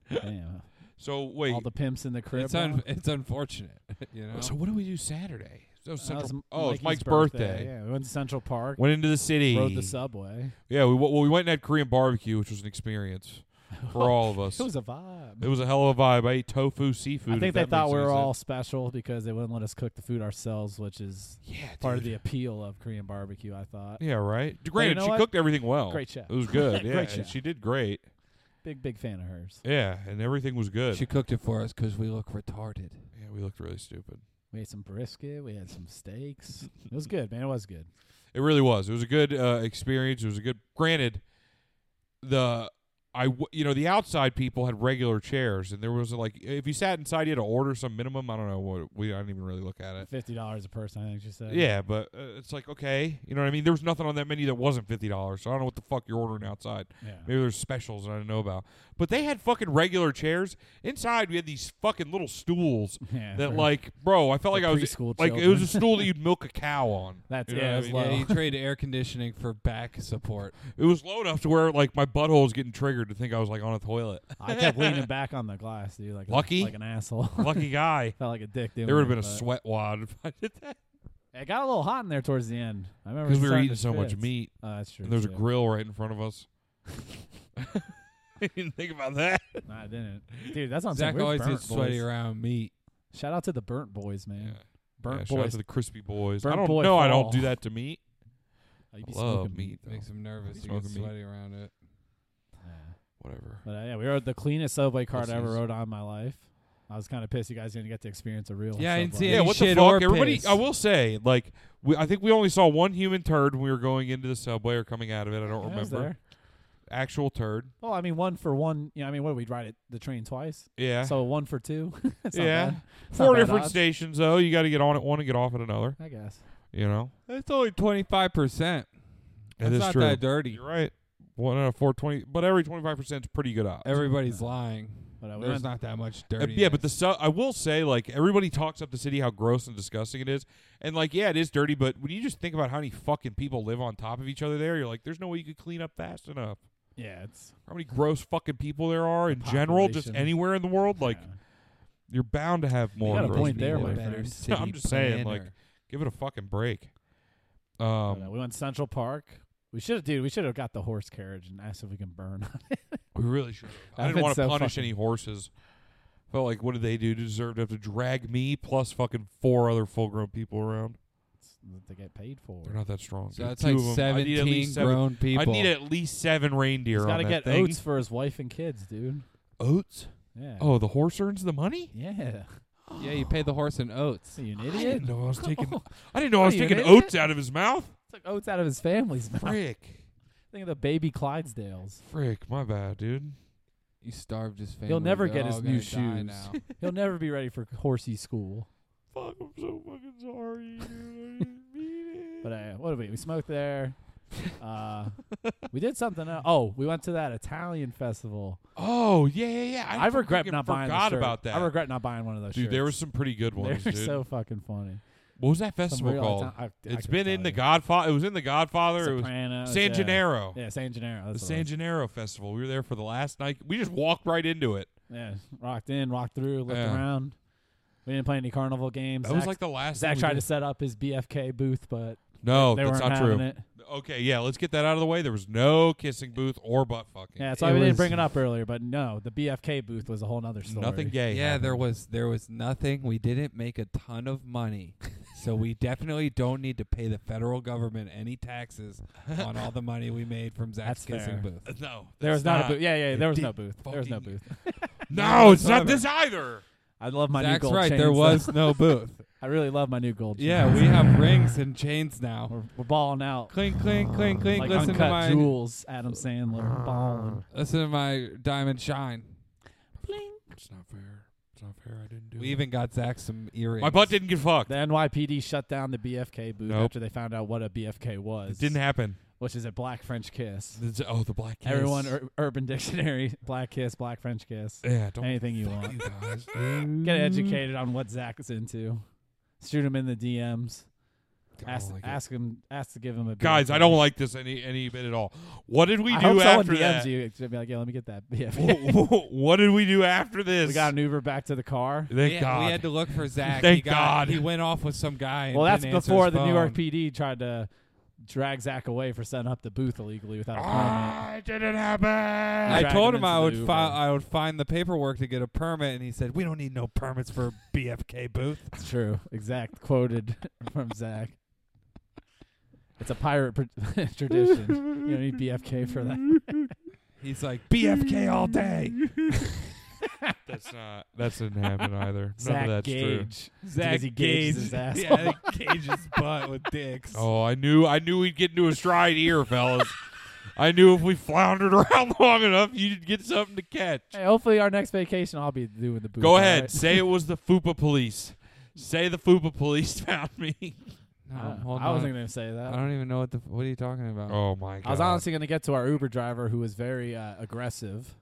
A: Damn,
C: So wait.
A: all the pimps in the crib.
B: It's
A: now?
B: un- it's unfortunate, you know.
C: so what do we do Saturday?
A: That
C: So
A: was
C: Central,
A: M-
C: oh, it's
A: Mikey's
C: Mike's birthday.
A: Yeah, we went to Central Park,
C: Went into the city.
A: rode the subway.
C: Yeah, we well we went and had Korean barbecue, which was an experience for all of us.
A: It was a vibe.
C: It was a hell of a vibe. I ate tofu seafood.
A: I
C: if
A: think they
C: that
A: thought
C: makes
A: we
C: any
A: were
C: sense.
A: all special because they wouldn't let us cook the food ourselves, which is
C: yeah,
A: part of
C: dude.
A: the appeal of Korean barbecue. I thought.
C: yeah right. Granted,
A: know
C: she
A: what?
C: cooked everything well.
A: Great chef.
C: It was good. Yeah,
A: Great
C: and
A: chef.
C: she did great.
A: Big big fan of hers.
C: Yeah, and everything was good.
B: She cooked it for us because we look retarded.
C: yeah, we looked really stupid.
A: We had some brisket. We had some steaks. it was good, man. It was good.
C: It really was. It was a good uh, experience. It was a good. Granted, the I w- you know the outside people had regular chairs, and there was like if you sat inside, you had to order some minimum. I don't know what we. I didn't even really look at it.
A: Fifty dollars a person, I think she said.
C: Yeah, but uh, it's like okay, you know what I mean. There was nothing on that menu that wasn't fifty dollars. So I don't know what the fuck you're ordering outside.
A: yeah.
C: Maybe there's specials that I didn't know about. But they had fucking regular chairs. Inside, we had these fucking little stools
A: Yeah,
C: that,
A: for-
C: like, bro, I felt
A: for
C: like I was
A: preschool
C: like it was
A: children.
C: a stool that you'd milk a cow on.
A: That's
C: You know
A: yeah,
C: what I
A: that's
C: mean?
A: low.
B: Yeah, you trade air conditioning for back support.
C: It was low enough to where like my butthole was getting triggered to think I was like on a toilet.
A: I kept leaning back on the glass, dude, like a-
C: Lucky?
A: like an asshole.
C: Lucky guy.
A: Felt like a dick. Doing
C: there would have been
A: it,
C: a
A: but-
C: sweat wad if I did that
A: It got a little hot in there towards the end. I remember
C: because we were
A: starting
C: eating
A: to
C: so much
A: fizz.
C: meat.
A: Oh, that's true.
C: And there's a
A: too.
C: grill right in front of us. I didn't think about that.
A: No, I didn't, dude. That's on
B: Zach always
A: burnt
B: gets sweaty
A: boys.
B: around meat.
A: Shout out to the burnt boys, man.
C: Yeah,
A: Burnt
C: shout out
A: boys.
C: to the crispy boys. I
A: Burnt
C: don't
A: boy
C: know. I don't
A: fall.
C: do that to meat.
A: Oh, you be
C: Love
A: smoking
C: meat. though.
B: Makes him nervous. He
C: Smoking
B: gets
C: meat.
B: sweaty around it.
A: Yeah.
C: Whatever.
A: But uh, yeah, we rode the cleanest subway cart I ever
C: Pussies.
A: rode on in my life. I was kind of pissed you guys didn't get to experience a real.
B: Yeah, I didn't see
A: subway.
C: yeah,
B: any
C: what the
B: shit
C: fuck?
B: or
C: Everybody,
B: piss.
C: I will say, like, we, I think we only saw one human turd when we were going into the subway or coming out of it. I don't
A: Yeah, I was
C: remember.
A: there.
C: Actual turd.
A: Well, I mean, one for one. You know, I mean, what we ride it the train twice,
C: Yeah.
A: so one for two. It's not
C: yeah.
A: bad. It's not
C: Four
A: bad
C: different
A: odds,
C: stations, though. You got to get on at one and get off at another.
A: I guess.
C: You know?
B: That's only twenty five percent.
C: That
B: That's
C: is
B: not
C: true.
B: that dirty.
C: You're right. One out of four twenty, but every twenty five percent is pretty good odds.
B: Everybody's lying.
A: But uh, we went,
B: There's not that much
C: Uh,
B: dirty.
C: yeah, but the su- I will say, like everybody talks up the city how gross and disgusting it is, and like yeah, it is dirty. But when you just think about how many fucking people live on top of each other there, you're like, there's no way you could clean up fast enough.
A: yeah, it's
C: How many gross fucking people there are in general, just
A: population.
C: anywhere in the world, like
A: yeah.
C: you're bound to have more.
A: got a
C: gross
A: point there,
C: people.
A: my
B: better
A: friend.
B: city
C: I'm just saying,
B: planner.
C: like, Give it a fucking break.
A: But, uh,
C: Um,
A: we went to Central Park. We should have, dude. We should have got the horse carriage and asked if we can burn.
C: we really should. I
A: I've
C: didn't
A: been
C: want to
A: so
C: punish
A: fucking-
C: any horses. Felt like what did they do to deserve to have to drag me plus fucking four other full grown people around?
A: that they get paid for.
C: They're not that strong.
B: so
C: dude.
B: that's
C: Two
B: like
C: of 'em. I need at
B: seventeen
C: least seven-
B: grown people.
C: I need at least seven reindeer.
A: He's
C: got
A: gotta
C: to
A: get
C: thing.
A: oats for his wife and kids, dude.
C: Oats?
A: Yeah.
C: Oh, the horse earns the money.
A: Yeah.
B: Yeah, you pay the horse in oats.
A: So you an
C: I
A: idiot.
C: didn't know I was taking. I didn't know I
A: Are
C: was
A: you an
C: taking
A: idiot?
C: oats out of his mouth.
A: Took oats out of his family's mouth.
C: Frick,
A: Think of the baby Clydesdales.
C: frick, my bad, dude.
B: You starved his family.
A: He'll never
B: They're
A: get his
B: all
A: new
B: gonna die
A: shoes.
B: now.
A: He'll never be ready for horsey school.
C: Fuck, I'm so fucking sorry. dude. I didn't mean
A: But
C: it.
A: uh, what did we? We smoked there. Uh, we did something. Else. Oh, we went to that Italian festival.
C: oh yeah, yeah, yeah.
A: I, regret
C: fucking
A: not buying. the
C: Forgot
A: shirt.
C: about that.
A: I regret not buying one of those.
C: dude.
A: shirts.
C: There were some pretty good
A: They
C: ones,
A: were
C: dude.
A: so fucking funny.
C: what was that
A: Some
C: festival
A: real
C: called?
A: Ita- I- I
C: It's
A: couldn't
C: been in
A: tell
C: the
A: you.
C: Godfather. It was in the Godfather. It was
A: Sopranos,
C: San
A: yeah.
C: Gennaro.
A: Yeah, San Gennaro.
C: The
A: that's what it
C: San
A: was.
C: Gennaro Festival. We were there for the last night. We just walked right into it.
A: Yeah, rocked in, rocked through, looked
C: Yeah.
A: around. We didn't play any carnival games.
C: That
A: Zach,
C: was like the last.
A: Zach
C: thing we
A: tried
C: did.
A: to set up his BFK booth, but
C: No,
A: they
C: that's
A: weren't
C: not
A: having
C: true.
A: it.
C: Okay, yeah, let's get that out of the way. There was no kissing booth or butt fucking.
A: Yeah, that's why
B: It
A: we didn't
B: was-
A: bring it up earlier. But no, the BFK booth was a whole nother story.
C: Nothing gay.
B: yeah,
C: happened.
B: there was there was nothing. We didn't make a ton of money, so we definitely don't need to pay the federal government any taxes on all the money we made from Zach's
A: That's
B: kissing
A: fair.
B: booth.
C: Uh, No,
A: There
C: that's
A: was not, a booth. Yeah, yeah, there was no booth. There was no
C: fucking-
A: booth.
C: No, it's not this either.
A: I love my
B: Zach's
A: new gold
B: right.
A: chains,
B: There
A: though.
B: was no booth.
A: I really love my new gold.
B: yeah,
A: chains.
B: we have rings and chains now.
A: we're, we're balling out
B: Clink, clink, clink, clink.
A: like
B: listen to
A: uncut
B: my
A: jewels. Adam Sandler balling.
B: listen to my diamond shine.
C: It's not fair. It's not fair. I didn't do.
B: We
C: it.
B: even got Zach some earrings.
C: My butt didn't get fucked.
A: The NYPD shut down the BFK booth
C: Nope.
A: after they found out what a BFK was,
C: It didn't happen.
A: which is a black French kiss.
C: It's- oh, the black. Kiss.
A: Everyone, er Ur- Urban Dictionary, black kiss, black French kiss,
C: yeah, don't
A: anything you
C: fuck
A: want.
C: you guys.
A: Get educated on what Zach is into. Shoot him in the DMs.
C: don't
A: Ask,
C: like it.
A: ask him, ask to give him a
C: Oh guys.
A: BFK.
C: I don't like this any any bit at all. What did we
A: I
C: do
A: hope someone
C: after
A: DMs
C: that?
A: you. It's gonna be like, yeah, let me get that BFK.
C: Wh- wh- what did we do after this?
A: we got an Uber back to the car.
C: Thank
B: we,
C: God.
B: we had to look for Zach.
C: Thank
B: he got,
C: God.
B: He went off with some guy. and
A: Well, that's
B: didn't answer
A: before
B: his
A: the New
B: phone.
A: York PD tried to drag Zach away for setting up the booth illegally without a permit.
C: ah, it didn't happen.
B: I
A: Drag
B: told
A: him
B: him I
A: into
B: would
A: the
B: fi-
A: Uber.
B: I would find the paperwork to get a permit, and he said, "We don't need no permits for a BFK booth."
A: It's true. Exact quoted from Zach. It's a pirate pr- tradition. You don't need BFK for that.
B: He's like, "BFK all day."
C: That's not. That's didn't happen either. None
A: Zach
C: of that's true.
A: Gage.
B: Zach
A: Because he gauges his
B: Gage.
A: asshole.
B: Yeah, he gauges his butt with dicks.
C: Oh, I knew. I knew we'd get into a stride here, fellas. I knew if we floundered around long enough, you'd get something to catch.
A: Hey, hopefully our next vacation I'll be doing the booth.
C: Go
A: all
C: ahead.
A: right?
C: Say it was the FUPA police. Say the FUPA police found me.
B: No,
A: Uh,
B: hold
A: I wasn't
B: on.
A: gonna say that.
B: I don't even know what the. What are you talking about?
C: Oh my god.
A: I was honestly gonna get to our Uber driver who was very uh, aggressive.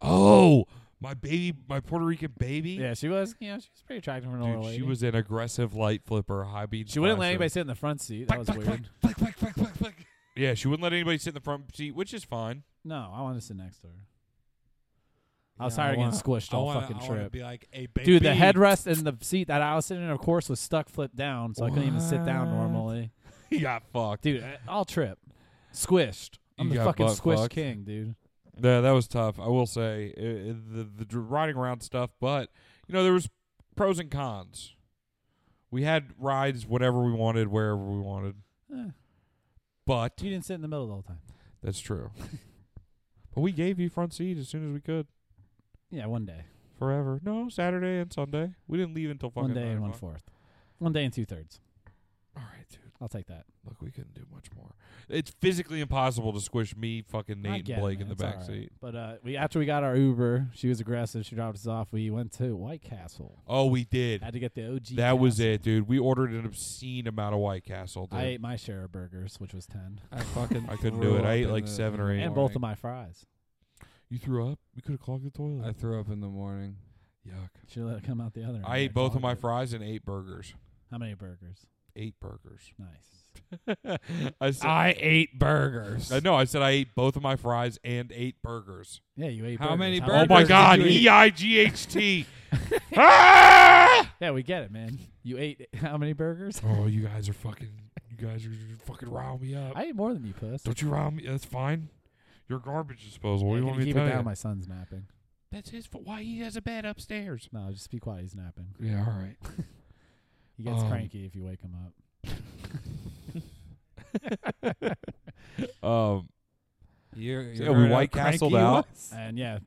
C: Oh, my baby, my Puerto Rican baby.
A: Yeah, she was. You know, she was pretty attractive for an older
C: Dude, she
A: lady.
C: was an aggressive light flipper, high beam.
A: She wouldn't let
C: slasher.
A: anybody sit in the front seat. That was weird.
B: Click, click, click, click, click.
C: Yeah, she wouldn't let anybody sit in the front seat, which is fine.
A: No, I wanted to sit next to her. I was
B: Yeah, I
A: tired of
B: wanna-
A: getting squished
B: I
A: all
B: wanna-
A: fucking
B: I wanna
A: trip.
B: Be like, hey, baby.
A: Dude, the headrest in the seat that I was sitting in, of course, was stuck flip down, so I couldn't even sit down
B: What?
A: normally.
C: He got fucked.
A: Dude, I- I'll trip. Squished. I'm
C: You
A: the
C: got
A: fucking
C: butt
A: squished
C: fucked.
A: king, dude.
C: Yeah, that was tough. I will say i i- the the dr- riding around stuff, but you know there was pros and cons. We had rides whatever we wanted, wherever we wanted.
A: Eh,
C: But
A: you didn't sit in the middle the whole time.
C: that's true. but we gave you front seat as soon as we could.
A: Yeah, one day.
C: Forever. No, Saturday and Sunday. We didn't leave until fucking
A: One day
C: nine
A: and one
C: o'clock.
A: fourth. One day and two thirds.
C: All right, dude.
A: I'll take that.
C: Look, we couldn't do much more. It's physically impossible to squish me, fucking
A: I
C: Nate,
A: get
C: and
A: it,
C: Blake
A: man.
C: in the
A: It's
C: back
A: all right.
C: seat.
A: But uh, we after we got our Uber, she was aggressive. She dropped us off. We went to White Castle.
C: Oh, we did.
A: Had to get the OG.
C: that was
A: Castle.
C: it, dude. We ordered an obscene amount of White Castle, dude.
A: I ate my share of burgers, which was ten,
B: I fucking.
C: I couldn't
B: threw
C: do it.
B: up
C: I ate
B: in
C: like
B: the-
C: seven
B: in
C: or
B: the
C: eight.
A: and both of
B: morning.
A: my fries.
C: you threw up? We could have clogged the toilet.
B: I threw up in the morning.
C: Yuck.
A: She let it come out the other. end.
C: I ate both of my
A: fries.
C: fries and eight burgers.
A: How many burgers?
C: Eight burgers.
A: Nice.
C: I said.
B: I ate burgers.
C: I know. I said I ate both of my fries and eight burgers.
A: Yeah, you ate.
B: How
A: burgers.
B: many
C: Oh
B: burgers
C: my
B: did
C: God!
B: you eat?
C: E I G H T. Ah!
A: Yeah, we get it, man. You ate how many burgers?
C: Oh, you guys are fucking. You guys are fucking rile me up.
A: I ate more than you, puss.
C: Don't you rile me. That's fine. You're garbage disposal. What
A: Yeah,
C: do you
A: can
C: want me to
A: keep
C: tell
A: it down?
C: you?
A: My son's napping.
C: That's his fault. Why he has a bed upstairs?
A: No, just be quiet. He's napping.
C: Yeah, all right.
A: He gets
C: Um,
A: cranky if you wake him up.
C: Um,
B: You're,
C: Yeah,
B: you
C: we
B: heard how
C: White Castled
B: cranky he
C: out.
B: was?
A: And yeah,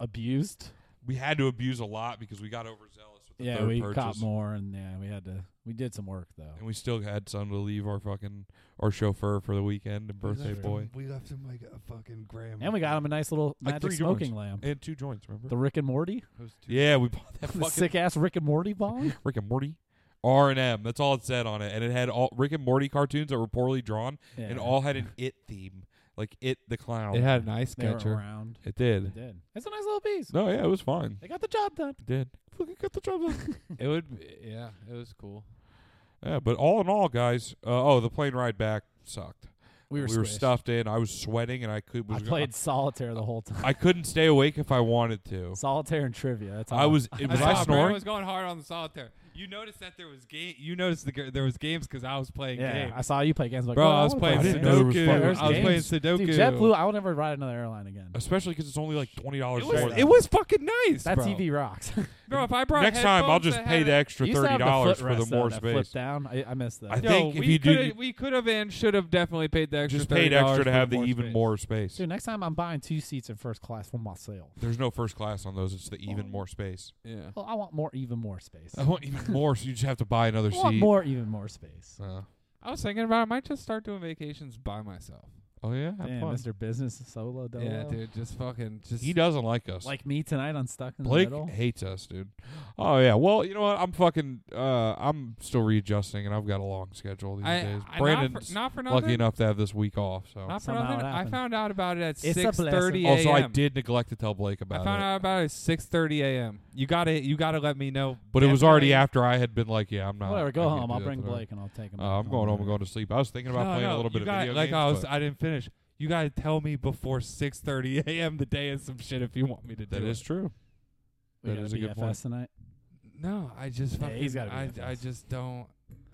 A: abused.
C: we had to abuse a lot because we got overzealous with the
A: Yeah,
C: third
A: we
C: purchase,
A: caught more, and yeah, we had to. We did some work though.
C: and we still had some to leave our fucking our chauffeur for the weekend and birthday boy
E: we left him like a fucking gram.
A: And we got him a nice little
C: Like
A: magic
C: three
A: smoking lamp.
C: and two joints. Remember?
A: The Rick and Morty,
C: yeah, we bought that
A: the
C: fucking
A: sick ass Rick and Morty bong.
C: Rick and Morty. R and M. That's all it said on it, and it had all Rick and Morty cartoons that were poorly drawn,
A: Yeah.
C: and all had an it theme, like it the clown.
B: It had an ice
A: they were
B: catcher.
A: around.
C: It
A: They
C: did.
A: did. It's a nice little piece.
C: No, yeah, it was fine.
A: They got the job done.
C: It did. Fucking got the job done.
B: It would, be, yeah, it was cool.
C: Yeah, but all in all, guys, uh, oh, the plane ride back sucked.
A: We were, squished.
C: stuffed in. I was sweating, and I could
A: I
C: was
A: played solitaire the whole time.
C: I couldn't stay awake if I wanted to.
A: solitaire and trivia. That's how
C: I was. It,
A: I,
C: was I snoring?
B: was going hard on the solitaire. You noticed that there was game. You noticed the, g- there was games because I was playing
A: yeah,
B: games.
A: I saw you play games. Like,
B: Bro,
A: oh,
B: I was
A: wanna
B: playing
A: play
C: didn't
A: games.
C: know there was
B: Sudoku.
C: fucking
B: I was playing
A: games.
B: Sudoku.
A: Dude, JetBlue. I will never ride another airline again.
C: Especially because it's only like twenty
B: It
C: dollars more.
B: was,
A: Sure.
C: than-
B: it was fucking nice,
A: That
B: bro.
A: TV rocks.
B: Bro, if I brought
C: Next time, I'll just pay the
B: that.
C: extra
A: You used to
C: thirty
A: have the
C: dollars for
A: footrest,
C: the
A: though,
C: more
A: that Flip
C: space.
A: down. I, I missed that.
C: I
B: Yo,
C: think if
B: we
C: you do-
B: coulda- we could have and should have definitely paid the extra.
C: Just paid
B: $30
C: extra to
B: for
C: have the
B: more
C: even
B: space.
C: more space.
A: Dude, next time I'm buying two seats in first class for myself.
C: There's no first class on those. It's the even more space.
B: Yeah.
A: Well, I want more, even more space.
C: I want even more, so you just have to buy another
A: I want
C: seat.
A: more, even more space.
C: Uh,
B: I was thinking about. I might just start doing vacations by myself.
C: oh yeah, have
A: Damn,
C: fun.
A: Mr. Business Solo Dolo.
B: Yeah, dude. Just fucking. Just
C: He doesn't like us.
A: Like me tonight on Stuck in
C: Blake
A: the Middle.
C: hates us, dude. Oh yeah. Well, you know what? I'm fucking. Uh, I'm still readjusting, and I've got a long schedule these
B: I,
C: days.
B: I-
C: Brandon's
B: not for, not for nothing.
C: lucky enough to have this week off. So
B: Not for
A: Somehow
B: nothing.
A: it
B: I
A: happened.
B: found out about it at
A: It's a
B: six thirty a.m.
C: also, I did neglect to tell Blake
B: I
C: about
B: found
C: it,
B: out about it at six thirty a.m. You got to You got to let me know.
C: but it was already
B: definitely.
C: after I had been like, "Yeah, I'm not."
A: Whatever,
C: I
A: go
C: can't
A: home.
C: do
A: I'll
C: that
A: bring
C: today.
A: Blake and I'll take him.
C: Uh, I'm going home. I'm going to sleep. I was thinking about
B: No,
C: playing
B: no,
C: a little
B: you
C: bit of
B: got-
C: video
B: like
C: games.
B: I was.
C: but
B: I didn't finish. You gotta tell me before six thirty a.m. the day is some shit if you want me to do
C: that
B: it.
C: is true.
A: We
C: That
A: got
C: is
A: a
C: a good
A: BFS
C: point.
A: tonight.
B: No, I just
A: Yeah,
B: fucking.
A: he's gotta be
B: I,
A: BFS.
B: I just don't.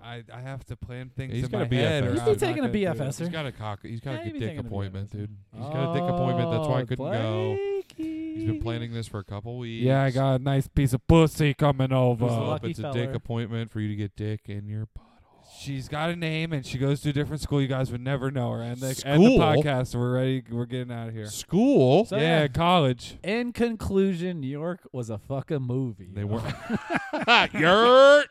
B: I I have to plan things
C: He's
B: in
C: gotta
B: my
C: be
B: head.
C: BFS.
B: or
C: He's
B: I'm
C: been
B: not
A: taking a
B: gonna do it.
A: BFS.
C: He's got a cock. He's got
A: Yeah,
C: a
A: he'd be
C: dick
A: taking a video
C: appointment,
A: games.
C: dude. He's got a dick appointment. That's why I couldn't go.
A: Oh,
C: He's been planning this for a couple weeks.
B: Yeah, I got a nice piece of pussy coming
A: Who's the
B: over.
A: lucky
C: Up. It's a dick
A: feller?
C: appointment for you to get dick in your butt.
B: she's got a name and she goes to a different school. You guys would never know her. And the, and the
C: School?
B: podcast. We're ready. We're getting out of here.
C: School.
A: So,
B: yeah,
A: yeah.
B: college.
A: In conclusion, New York was a fucking movie.
C: They were. Yurt.